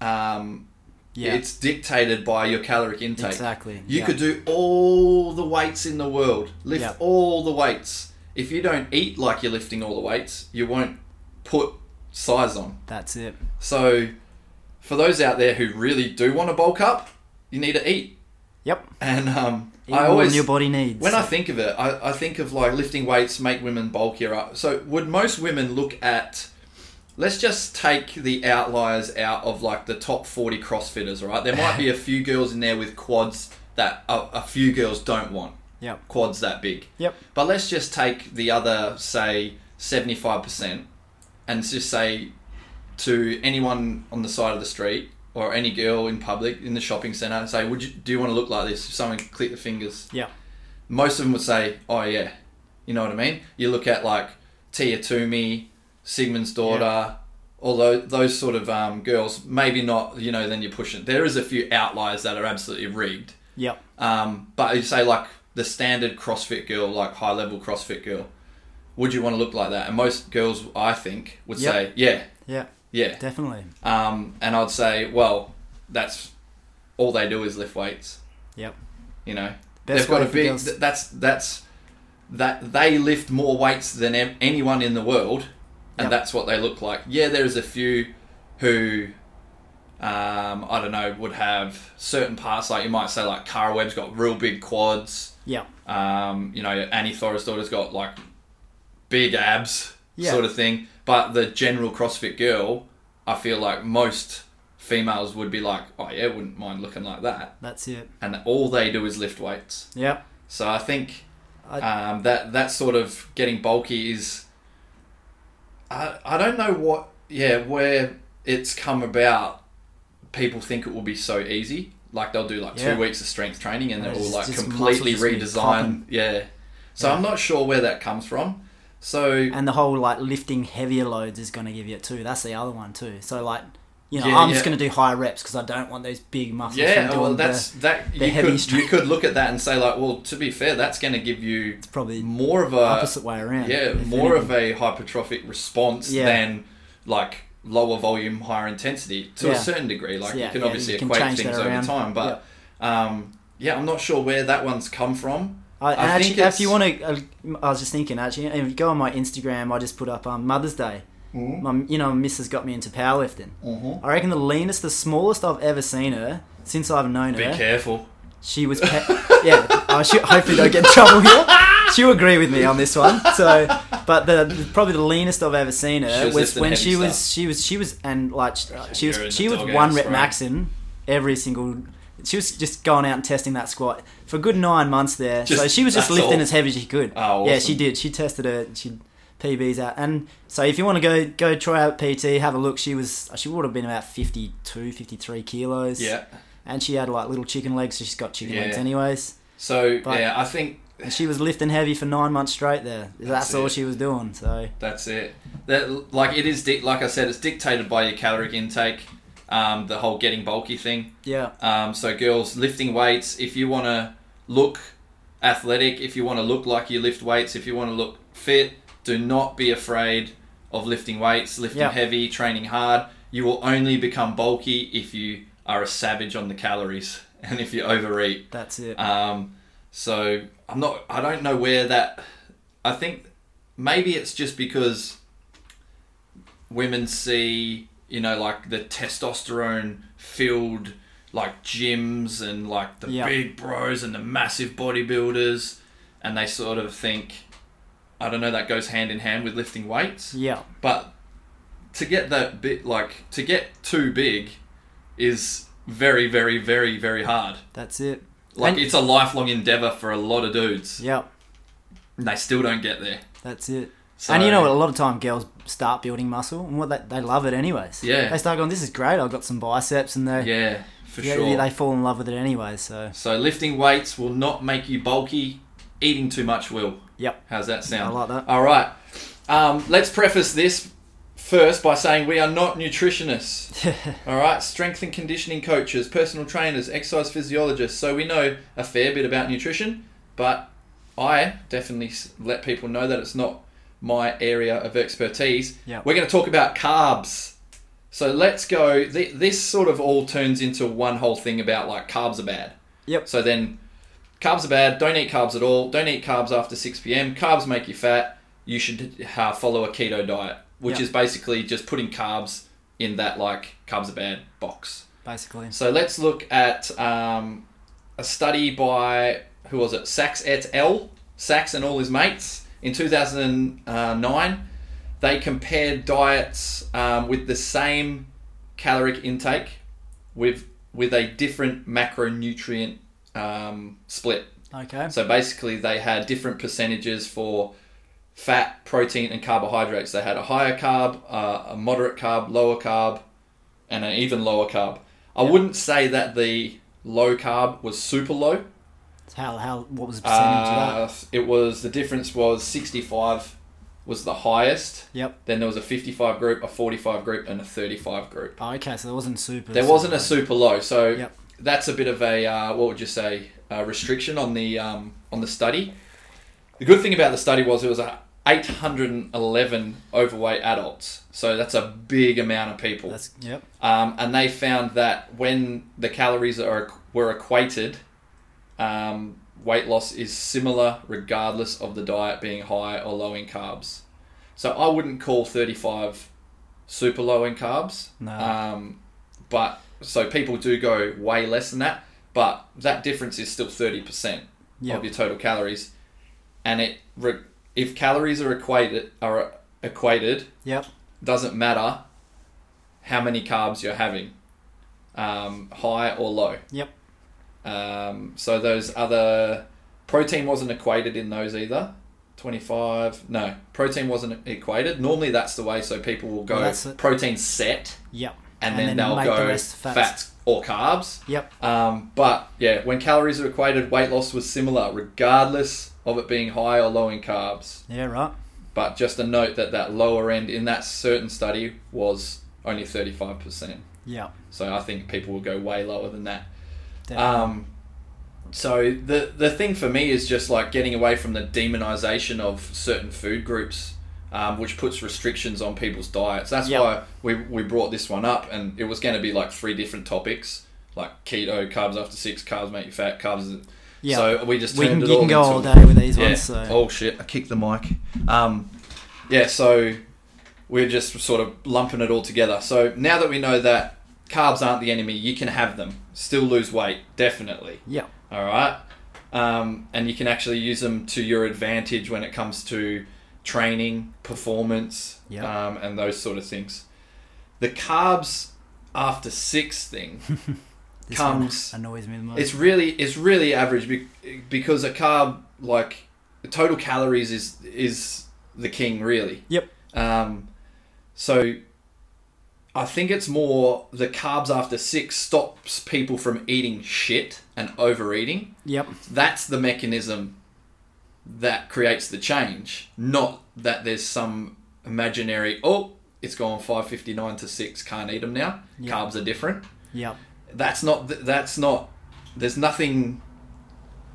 B: um,
D: Yeah.
B: It's dictated by your caloric intake.
D: Exactly,
B: You
D: yeah.
B: could do all the weights in the world, lift
D: Yeah.
B: all the weights. If you don't eat like you're lifting all the weights, you won't put size on.
D: That's it.
B: So, for those out there who really do want to bulk up, you need to eat.
D: Yep.
B: And um,
D: Eat more
B: I
D: than
B: always
D: your body needs.
B: when I think of it, I, I think of like lifting weights make women bulkier up. So would most women look at let's just take the outliers out of like the top 40 crossfitters, right? There might be a few girls in there with quads that a, a few girls don't want.
D: Yep.
B: Quads that big.
D: Yep.
B: But let's just take the other say 75% and just say to anyone on the side of the street or any girl in public in the shopping center and say would you do you want to look like this if someone click the fingers
D: Yep.
B: most of them would say, "Oh yeah," you know what I mean. You look at like Tia Toomey, Sigmund's daughter, although those sort of um, girls, maybe not. You know, then you push it. There is a few outliers that are absolutely rigged,
D: Yep.
B: um, but you say like the standard CrossFit girl, like high level CrossFit girl, would you want to look like that? And most girls, I think, would
D: Yep.
B: say, "Yeah,
D: Yep.
B: yeah."
D: Definitely.
B: Um, and I'd say, "Well, that's all they do is lift weights."
D: Yep.
B: You know,
D: Best
B: they've got
D: way
B: a
D: for
B: big.
D: girls-
B: th- That's that's that they lift more weights than em- anyone in the world, and
D: Yep.
B: that's what they look like. Yeah, there is a few who, um, I don't know, would have certain parts. Like you might say, like Cara Webb's got real big quads.
D: Yep.
B: Um, you know, Annie Thora's daughter's got like big abs,
D: Yeah.
B: sort of thing. But the general CrossFit girl, I feel like most females would be like, oh yeah, wouldn't mind looking like that
D: That's it.
B: and all they do is lift weights.
D: Yep.
B: So I think
D: I-
B: um, that that sort of getting bulky is. I I don't know what yeah where it's come about. People think it will be so easy, like they'll do like
D: Yeah.
B: two weeks of strength training and
D: And
B: they'll
D: it's
B: like
D: just
B: completely
D: muscles just be
B: redesign. Yeah, so I'm not sure where that comes from. So
D: And the whole like lifting heavier loads is going to give you it too. That's the other one too. So like, you know,
B: Yeah,
D: I'm
B: yeah.
D: just going to do high reps because I don't want those big muscles.
B: yeah,
D: from doing
B: well
D: the-
B: that's that
D: the
B: you
D: heavy
B: could you
D: strength.
B: could look at that and say like, well, to be fair, that's going to give you
D: probably
B: more of a
D: opposite way around.
B: yeah,
D: if
B: more
D: anything.
B: of a hypertrophic response
D: Yeah.
B: than like lower volume, higher intensity to a
D: Yeah.
B: certain degree. Like
D: yeah,
B: you can
D: yeah,
B: obviously
D: you can
B: equate
D: change
B: things
D: that
B: over
D: around.
B: time, but um, yeah, I'm not sure where that one's come from.
D: I, and
B: I
D: actually,
B: think
D: if you want to, uh, I was just thinking actually, if you go on my Instagram, I just put up um, Mother's Day. My, you know, Mrs. got me into powerlifting.
B: Mhm.
D: I reckon the leanest, the smallest I've ever seen her since I've known
B: Be
D: her.
B: careful.
D: She was, pa- yeah. I should, hopefully, don't get in trouble here. She'll agree with me on this one. So, but the, the- probably the leanest I've ever seen
B: She
D: her was
B: was lifting
D: when
B: heavy
D: she was
B: stuff.
D: she was she was and like she- she
B: You're in
D: was she
B: the
D: was
B: doghouse,
D: one rep
B: right?
D: maxing every single. She was just going out and testing that squat for a good nine months there. so
B: Just-
D: she was just
B: that's
D: lifting
B: all?
D: as heavy as she could.
B: Oh,
D: yeah,
B: awesome.
D: she did. She tested her. She PBs out, and so if you want to go go try out PT, have a look. She was she would have been about 52, 53 kilos
B: Yeah.
D: and she had like little chicken legs, so she's got chicken
B: Yeah.
D: legs anyways.
B: So
D: But-
B: yeah, I think
D: And she was lifting heavy for nine months straight there. That's,
B: That's
D: all
B: it.
D: she was doing. So
B: that's it. That like it is dic- like I said, it's dictated by your caloric intake. Um, the whole getting bulky thing.
D: yeah,
B: Um, so, girls, lifting weights, if you want to look athletic, if you want to look like you lift weights, if you want to look fit, do not be afraid of lifting weights, lifting
D: Yeah.
B: heavy, training hard. You will only become bulky if you are a savage on the calories and if you overeat.
D: that's it.
B: Um, so, I'm not, I don't know where that, I think maybe it's just because women see, you know, like the testosterone filled like gyms and like the
D: Yeah.
B: big bros and the massive bodybuilders and they sort of think I don't know that goes hand in hand with lifting weights.
D: yeah,
B: But to get that bit like to get too big is very very very very hard.
D: that's it.
B: Like
D: And-
B: it's a lifelong endeavor for a lot of dudes.
D: Yeah,
B: And they still don't get there.
D: that's it.
B: So,
D: and you know, what? a lot of time girls start building muscle, and what they, they love it anyways.
B: Yeah.
D: they start going, "This is great. I've got some biceps," and they
B: Yeah, for
D: yeah,
B: sure.
D: they fall in love with it anyways. So
B: So lifting weights will not make you bulky. Eating too much will.
D: yep,
B: How's that sound?
D: I like that.
B: All right. Um, let's preface this first by saying we are not nutritionists. All right. Strength and conditioning coaches, personal trainers, exercise physiologists. So we know a fair bit about nutrition, but I definitely s- let people know that it's not my area of expertise.
D: Yeah.
B: We're going to talk about carbs. So let's go. Th- this sort of all turns into one whole thing about like carbs are bad.
D: Yep.
B: So then, carbs are bad. Don't eat carbs at all. Don't eat carbs after 6 p.m. Carbs make you fat. You should uh, follow a keto diet, which
D: Yep.
B: is basically just putting carbs in that like carbs are bad box.
D: Basically.
B: So let's look at um, a study by who was it? Sachs et al. Sachs and all his mates in 2009. They compared diets um, with the same caloric intake with with a different macronutrient um, split.
D: Okay.
B: So basically, they had different percentages for fat, protein, and carbohydrates. They had a higher carb, uh, a moderate carb, lower carb, and an even lower carb. I wouldn't say that the low carb was super low.
D: How how what was the percentage
B: Uh,
D: of that?
B: it was the difference was 65 was the highest.
D: Yep.
B: Then there was a 55 group, a 45 group, and a 35 group.
D: Oh, okay, so there wasn't super.
B: There wasn't a super low, so
D: Yep.
B: that's a bit of a uh, what would you say uh, restriction on the um, on the study. The good thing about the study was it was a 811 overweight adults, so that's a big amount of people.
D: That's yep.
B: Um, and they found that when the calories are were equated, um, weight loss is similar regardless of the diet being high or low in carbs. So I wouldn't call 35 super low in carbs.
D: No.
B: Um, but so people do go way less than that, but that difference is still 30%
D: Yep.
B: of your total calories. And it re- if calories are equated are equated
D: Yep.
B: doesn't matter how many carbs you're having, um, high or low.
D: Yep.
B: Um, so those other protein wasn't equated in those either. 25 no protein wasn't equated normally that's the way so people will go
D: Well, that's it.
B: protein set
D: Yep.
B: and, then, they'll
D: make
B: go
D: the rest fats.
B: fats. or carbs
D: Yep.
B: um, but yeah when calories are equated weight loss was similar regardless of it being high or low in carbs
D: Yeah. Right.
B: but just a note that that lower end in that certain study was only 35%.
D: Yep.
B: So I think people will go way lower than that.
D: Definitely.
B: Um, so the the thing for me is just like getting away from the demonization of certain food groups, um, which puts restrictions on people's diets. That's
D: Yep.
B: why we, we brought this one up, and it was going to be like three different topics, like keto, carbs after six, carbs make you fat, carbs.
D: Yeah.
B: So we just
D: we
B: turned
D: can,
B: it
D: you
B: all
D: can go
B: into
D: all day with these
B: yeah.
D: ones. So
B: Oh shit! I kicked the mic. Um, yeah. So we're just sort of lumping it all together. So now that we know that carbs aren't the enemy, you can have them. Still lose weight, definitely.
D: yep.
B: All right. Um, and you can actually use them to your advantage when it comes to training, performance,
D: Yeah.
B: um, and those sort of things. The carbs after six thing
D: This one
B: comes
D: annoys me the most.
B: it's really it's really average be- because a carb like the total calories is is the king really.
D: Yep.
B: Um, so I think it's more the carbs after six stops people from eating shit and overeating.
D: Yep.
B: That's the mechanism that creates the change, not that there's some imaginary oh it's gone five fifty nine to six can't eat them now.
D: Yeah.
B: Carbs are different
D: Yep.
B: that's not that's not there's nothing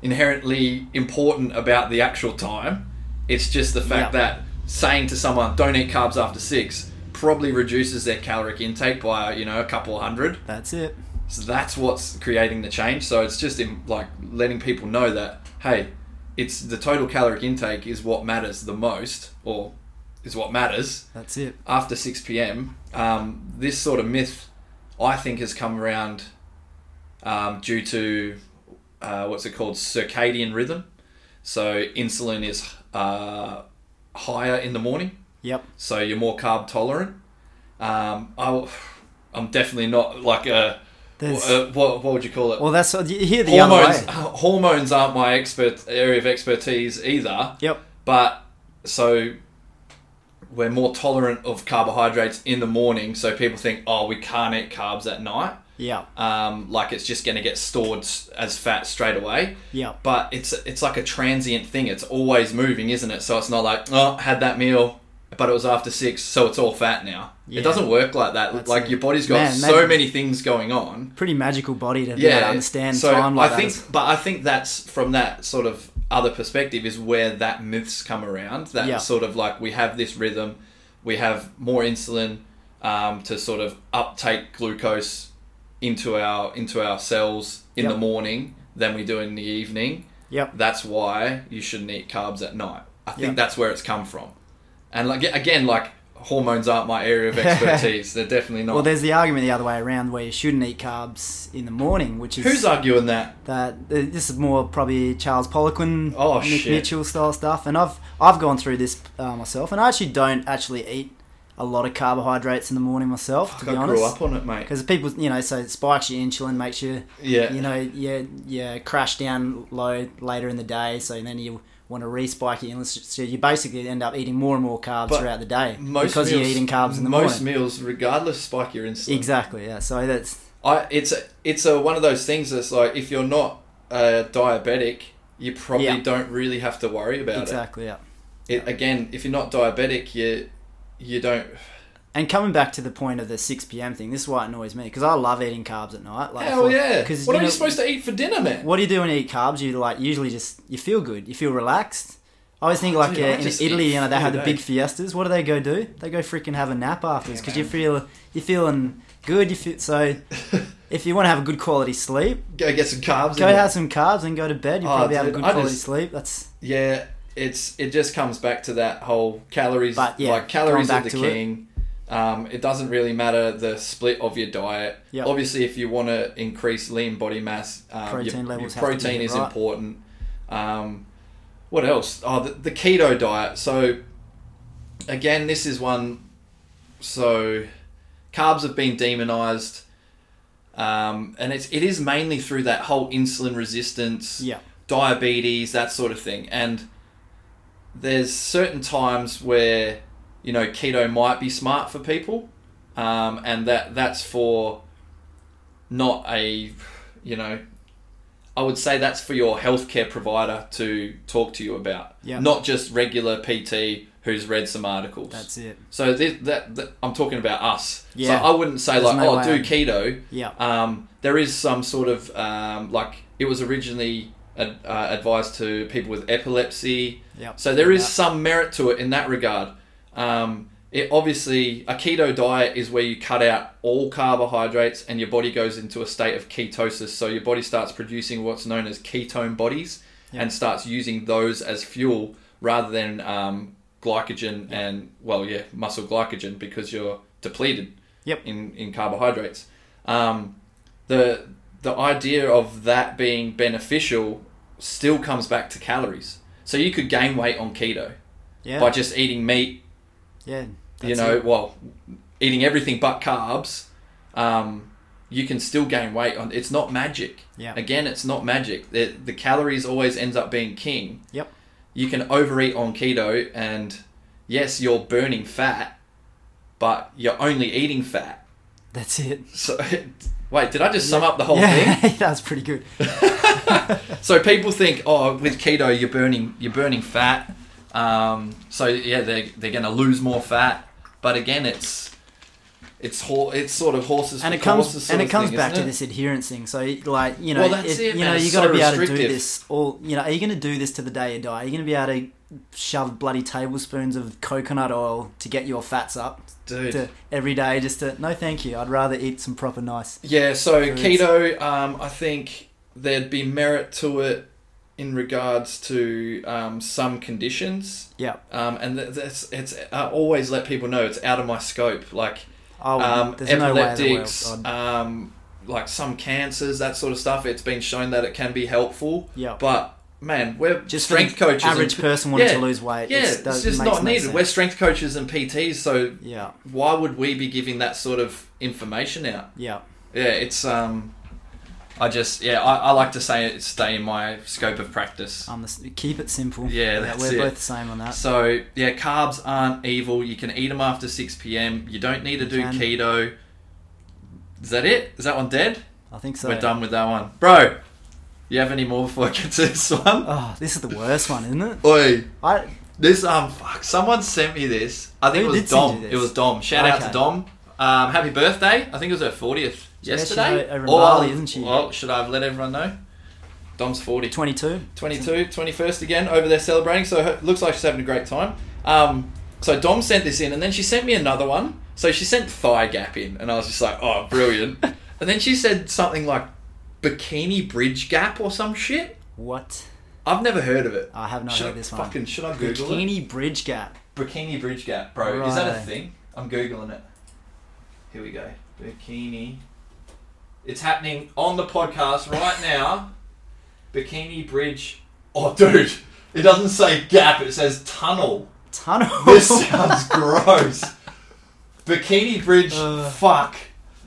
B: inherently important about the actual time it's just the fact
D: Yeah.
B: that saying to someone don't eat carbs after six probably reduces their caloric intake by you know a couple hundred
D: That's it.
B: so that's what's creating the change so it's just in, like letting people know that hey it's the total caloric intake is what matters the most or is what matters
D: That's it.
B: after 6 p.m. Um, this sort of myth, I think, has come around um, due to uh, what's it called circadian rhythm. So insulin is uh, higher in the morning,
D: Yep.
B: so you're more carb tolerant. Um, I, am definitely not like a,
D: There's-
B: uh, what, what would you call it?
D: Well, that's uh, you hear the
B: hormones,
D: other way.
B: hormones aren't my expert area of expertise either.
D: Yep.
B: But so we're more tolerant of carbohydrates in the morning, so people think, oh, we can't eat carbs at night.
D: Yep.
B: Um, like it's just going to get stored s- as fat straight away.
D: Yep.
B: But it's it's like a transient thing. It's always moving, isn't it? So it's not like oh, had that meal, but it was after six, so it's all fat now.
D: Yeah.
B: It doesn't work like that.
D: That's
B: like
D: it.
B: your body's got
D: Man,
B: so
D: maybe-
B: many things going on
D: Pretty magical body to be able to understand time like
B: I
D: that.
B: think,
D: is-
B: but I think that's from that sort of other perspective is where that myths come around. That
D: Yeah.
B: sort of like we have this rhythm, we have more insulin, um, to sort of uptake glucose into our into our cells in
D: Yep.
B: the morning than we do in the evening.
D: Yep.
B: That's why you shouldn't eat carbs at night. I think
D: Yep.
B: that's where it's come from. And like again, like hormones aren't my area of expertise. They're definitely not.
D: Well, there's the argument the other way around where you shouldn't eat carbs in the morning, which is
B: Who's arguing that?
D: that this is more probably Charles Poliquin,
B: Oh,
D: Nick
B: shit.
D: Mitchell style stuff. And I've I've gone through this uh, myself, and I actually don't actually eat a lot of carbohydrates in the morning myself, to
B: Fuck,
D: be
B: I
D: honest.
B: grew up on it, mate.
D: Because people, you know, so it spikes your insulin, makes you,
B: Yeah.
D: you know, yeah, yeah, crash down low later in the day. So then you want to respike your insulin, so you basically end up eating more and more carbs
B: But
D: throughout the day
B: most
D: because
B: meals,
D: you're eating carbs in the
B: most
D: morning.
B: meals, regardless, spike your insulin.
D: exactly, yeah. So that's
B: I it's a, it's a one of those things that's like if you're not uh, diabetic, you probably
D: Yeah.
B: don't really have to worry about
D: exactly, yeah.
B: it. it. Again, if you're not diabetic, you you don't.
D: And coming back to the point of the 6 p.m. thing, this is why it annoys me because I love eating carbs at night. Like,
B: Hell yeah!
D: Because
B: What are you supposed to eat for dinner, man?
D: What do you do when you eat carbs? You like usually just you feel good, you feel relaxed. I always think like
B: Oh, Dude, I
D: uh, in
B: just
D: Italy,
B: eat
D: you know, they have the
B: food, eh?
D: big fiestas. What do they go do? They go freaking have a nap afterwards
B: Yeah,
D: because you
B: man.
D: feel you're feeling good. You feel so if you want to have a good quality sleep,
B: go get some carbs.
D: go
B: in you.
D: have some carbs and go to bed. You
B: Oh,
D: probably have a
B: dude,
D: good
B: I
D: quality
B: just-
D: sleep. That's
B: Yeah, it's it just comes back to that whole calories.
D: But, yeah,
B: like calories
D: going
B: are the
D: back to it.
B: king. Um, it doesn't really matter the split of your diet.
D: Yep.
B: Obviously, if you want to increase lean body mass, um, your-
D: Protein
B: your,
D: levels have to be
B: protein is
D: right.
B: important. Um, what else? Oh, the, the keto diet. So, again, this is one. So, carbs have been demonized, um, and it's it is mainly through that whole insulin resistance
D: yeah,
B: diabetes, that sort of thing. And there's certain times where you know keto might be smart for people, um, and that that's for not a you know I would say that's for your healthcare provider to talk to you about,
D: Yeah.
B: not just regular PT who's read some articles.
D: that's it.
B: so thi- that, that I'm talking about us.
D: Yeah.
B: So I wouldn't say
D: There's
B: like,
D: no
B: oh,
D: way
B: do
D: I'm-
B: keto.
D: Yeah,
B: Um, there is some sort of um, like it was originally ad- uh, advised to people with epilepsy.
D: yeah.
B: So there is
D: Yeah.
B: some merit to it in that regard. Um, it obviously a keto diet is where you cut out all carbohydrates and your body goes into a state of ketosis. So your body starts producing what's known as ketone bodies
D: Yeah.
B: and starts using those as fuel rather than um, glycogen and well, yeah, muscle glycogen because you're depleted
D: Yep.
B: in in carbohydrates. Um, the the idea of that being beneficial still comes back to calories. So you could gain weight on keto
D: yeah,
B: by just eating meat.
D: yeah.
B: you
D: that's
B: know,
D: it.
B: well, eating everything but carbs. Um, you can still gain weight on. It's not magic.
D: Yeah.
B: Again, it's not magic. The, the calories always ends up being king
D: Yep.
B: you can overeat on keto and yes you're burning fat but you're only eating fat
D: That's it.
B: so wait did i just sum up the whole
D: yeah,
B: thing
D: that's pretty good.
B: so people think oh with keto you're burning you're burning fat um, so yeah they're, they're going to lose more fat but again it's it's hor- it's sort of horses
D: and
B: for
D: it comes
B: courses
D: and
B: sort
D: it
B: of
D: comes
B: thing,
D: back to
B: isn't it?
D: this adherence thing. So like you know,
B: Well, that's
D: if-
B: it,
D: you
B: man.
D: know,
B: It's
D: you got
B: so
D: to be able to do
B: restrictive.
D: this all. You know, are you going to do this to the day you die? Are you going to be able to shove bloody tablespoons of coconut oil to get your fats up
B: dude
D: to every day? Just to no, thank you. I'd rather eat some proper nice.
B: Yeah, so
D: Foods.
B: keto, um, I think there'd be merit to it in regards to um, some conditions.
D: Yeah.
B: Um, and th- that's it's I always let people know it's out of my scope. Like
D: Oh,
B: um,
D: there's no way in the world.
B: epileptics,
D: I'd-
B: um, like some cancers, that sort of stuff. It's been shown that it can be helpful.
D: Yeah.
B: But man, we're
D: Just for
B: strength
D: the
B: coaches. and
D: average
B: p-
D: person wanting
B: Yeah,
D: to lose weight.
B: Yeah,
D: it's,
B: it's,
D: does-
B: just
D: makes
B: not
D: no
B: needed.
D: sense.
B: We're strength coaches and PTs, so
D: yeah,
B: why would we be giving that sort of information out?
D: yeah,
B: yeah, it's um, I just yeah, I, I like to say it stay in my scope of practice.
D: I'm the, s- keep it simple.
B: Yeah, that's
D: we're
B: it.
D: both the same on that.
B: So yeah, carbs aren't evil. You can eat them after six p.m. You don't need to do
D: can.
B: keto. Is that it? Is that one dead?
D: I think so.
B: We're done with that one, bro. You have any more before I get to this one?
D: Oh, this is the worst one, isn't it?
B: Oi,
D: I
B: this um, fuck. Someone sent me this. I think
D: Who
B: it was
D: did send
B: Dom.
D: you
B: It
D: this?
B: was Dom. Shout out
D: Okay.
B: to Dom. Um, happy birthday. I think it was her fortieth
D: Yeah, she's
B: yesterday.
D: o- over in
B: Or-
D: Bali, isn't she?
B: Well, should I have let everyone know? Dom's forty.
D: 22.
B: 22, 21st again over there celebrating. So it looks like she's having a great time. Um, So Dom sent this in, and then she sent me another one. So she sent thigh gap in, and I was just like, oh, brilliant. and then she said something like bikini bridge gap or some shit.
D: What?
B: I've never heard of it.
D: I have not
B: Should
D: heard
B: I
D: this one.
B: fucking, Should I Google it?
D: Bikini bridge gap.
B: Bikini bridge gap, bro. Is that a
D: Right.
B: thing? I'm Googling it. Here we go. Bikini. It's happening on the podcast right now. Bikini bridge. Oh, dude. It doesn't say gap, it says tunnel.
D: Tunnel.
B: This sounds gross. Bikini Bridge,
D: Uh.
B: fuck.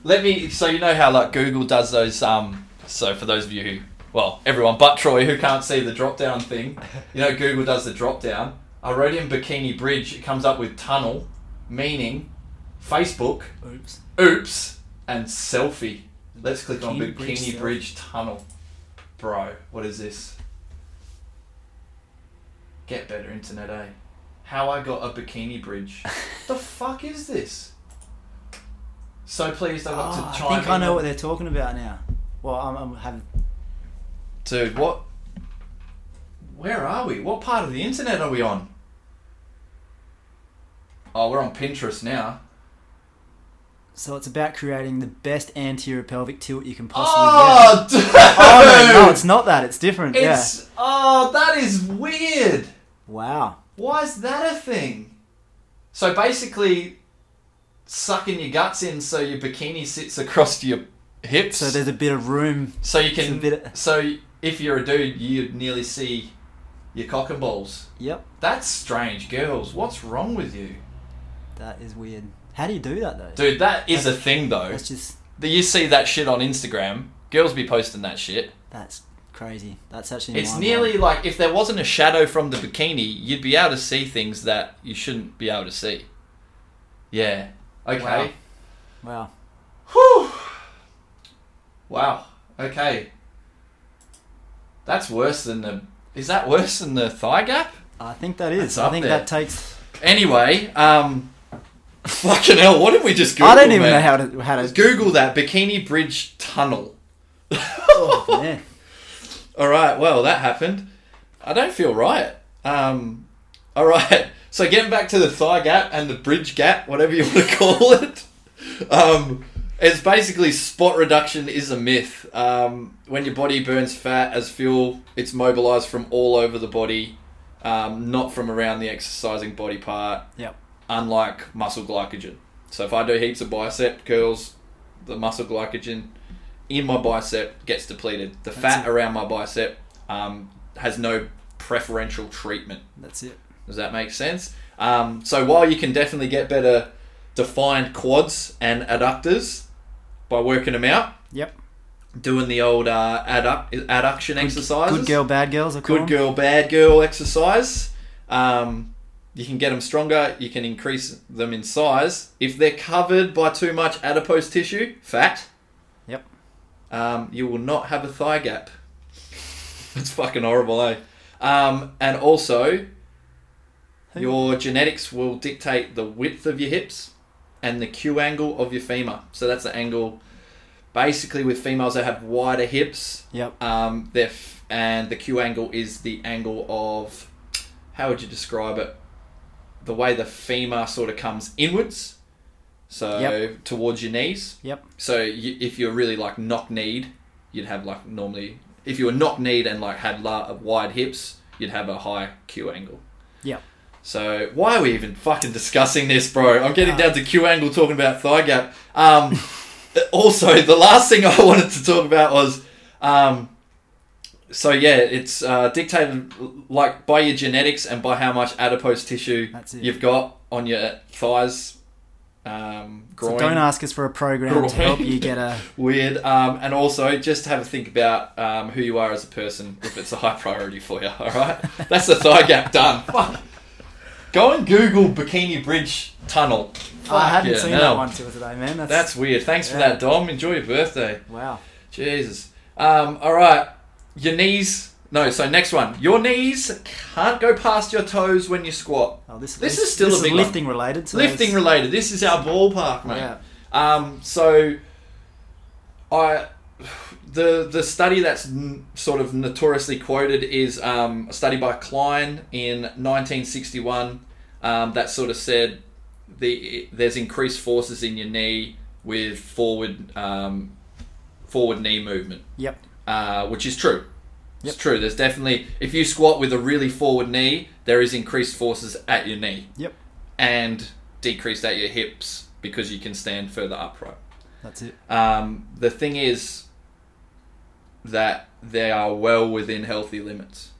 B: Let me. So you know how like Google does those. Um. So for those of you who, well, everyone but Troy who can't see the drop down thing, you know Google does the drop down. I wrote in Bikini Bridge. It comes up with tunnel, meaning, Facebook,
D: Oops.
B: oops, and selfie. Let's click on
D: Bikini
B: Bikini
D: Bridge
B: Bridge,
D: selfie.
B: tunnel. Bro, what is this? Get better internet, eh? How I got a bikini bridge. the fuck is this? So pleased I got
D: Oh,
B: to
D: I
B: chime
D: think I
B: in
D: know
B: on-
D: what they're talking about now. Well, I'm, I'm having.
B: Dude, what? Where are we? What part of the internet are we on? Oh, we're on Pinterest now.
D: So it's about creating the best anterior pelvic tilt you can possibly get.
B: Oh, dude!
D: Oh no, no, it's not that. It's different. yeah.
B: It's oh, that is weird.
D: Wow.
B: Why is that a thing? So basically, sucking your guts in so your bikini sits across your hips.
D: So there's a bit of room.
B: so you
D: it's a
B: can.
D: bit of-
B: so if you're a dude, you'd nearly see your cock and balls.
D: Yep.
B: That's strange, girls. What's wrong with you,
D: That is weird. How do you do that though?
B: dude? That is a thing, though.
D: That's just
B: You see that shit on Instagram. Girls be posting that shit.
D: that's crazy. That's actually.
B: It's
D: mind-blowing.
B: nearly like if there wasn't a shadow from the bikini, you'd be able to see things that you shouldn't be able to see. Yeah. Okay.
D: Wow. Wow.
B: Whew. Wow. Okay. That's worse than the. Is that worse than the thigh gap?
D: I think that is.
B: That's
D: I
B: up
D: think
B: there.
D: that takes.
B: Anyway, um, fucking hell, what did we just Google?
D: I don't even
B: man?
D: know how to how to.
B: Google that bikini bridge tunnel.
D: Oh, yeah.
B: All right. Well, that happened. I don't feel right. Um, all right. So getting back to the thigh gap and the bridge gap, whatever you want to call it, um, it's basically spot reduction is a myth. Um, when your body burns fat as fuel, it's mobilized from all over the body, um, not from around the exercising body part.
D: Yep.
B: Unlike muscle glycogen. So if I do heaps of bicep curls, the muscle glycogen in my bicep gets depleted. The fat
D: it.
B: around my bicep um, has no preferential treatment.
D: That's it.
B: Does that make sense? Um, so while you can definitely get better defined quads and adductors by working them out,
D: Yep.
B: doing the old uh, adduct- adduction exercises,
D: Good girl, bad girls. I call
B: good
D: 'em.
B: girl, bad girl exercise. Um, you can get them stronger. You can increase them in size if they're covered by too much adipose tissue, fat.
D: Yep.
B: Um, you will not have a thigh gap. It's fucking horrible, eh? Um, and also,
D: Who-
B: your genetics will dictate the width of your hips and the Q angle of your femur. So that's the angle. Basically, with females that have wider hips,
D: Yep.
B: um, their f- and the Q angle is the angle of how would you describe it? The way the femur sort of comes inwards, so
D: Yep.
B: towards your knees.
D: Yep.
B: So you, if you're really like knock kneed, you'd have like normally if you were knock kneed and like had la- wide hips, you'd have a high Q angle.
D: Yep.
B: So why are we even fucking discussing this, bro? I'm getting down to Q angle talking about thigh gap. Um, also, the last thing I wanted to talk about was, um, so yeah, it's uh, dictated like by your genetics and by how much adipose tissue
D: That's it.
B: you've got on your thighs, um, groin.
D: So don't ask us for a program
B: Groin.
D: to help you get a.
B: Weird. Um, and also, just have a think about um, who you are as a person if it's a high priority for you, alright? That's the thigh gap done. Fuck. Go and Google Bikini Bridge Tunnel.
D: Oh, I hadn't
B: yeah,
D: seen
B: no.
D: that one till today, man. That's,
B: That's weird. Thanks for
D: Yeah.
B: that, Dom. Enjoy your birthday.
D: wow.
B: Jesus. Um, alright. Your knees. No, so next one. Your knees can't go past your toes when you squat.
D: Oh, this,
B: This is still a big one.
D: lifting related. So
B: Lifting
D: it's-
B: related. This is our ballpark, mate.
D: Yeah.
B: Um, so, I the the study that's n- sort of notoriously quoted is um, a study by Klein in 1961. um, that sort of said the there's increased forces in your knee with forward um, forward knee movement,
D: Yep.
B: uh, which is true. It's
D: Yep.
B: true. There's definitely if you squat with a really forward knee, there is increased forces at your knee
D: Yep.
B: and decreased at your hips because you can stand further upright.
D: That's it.
B: Um, the thing is that they are well within healthy limits.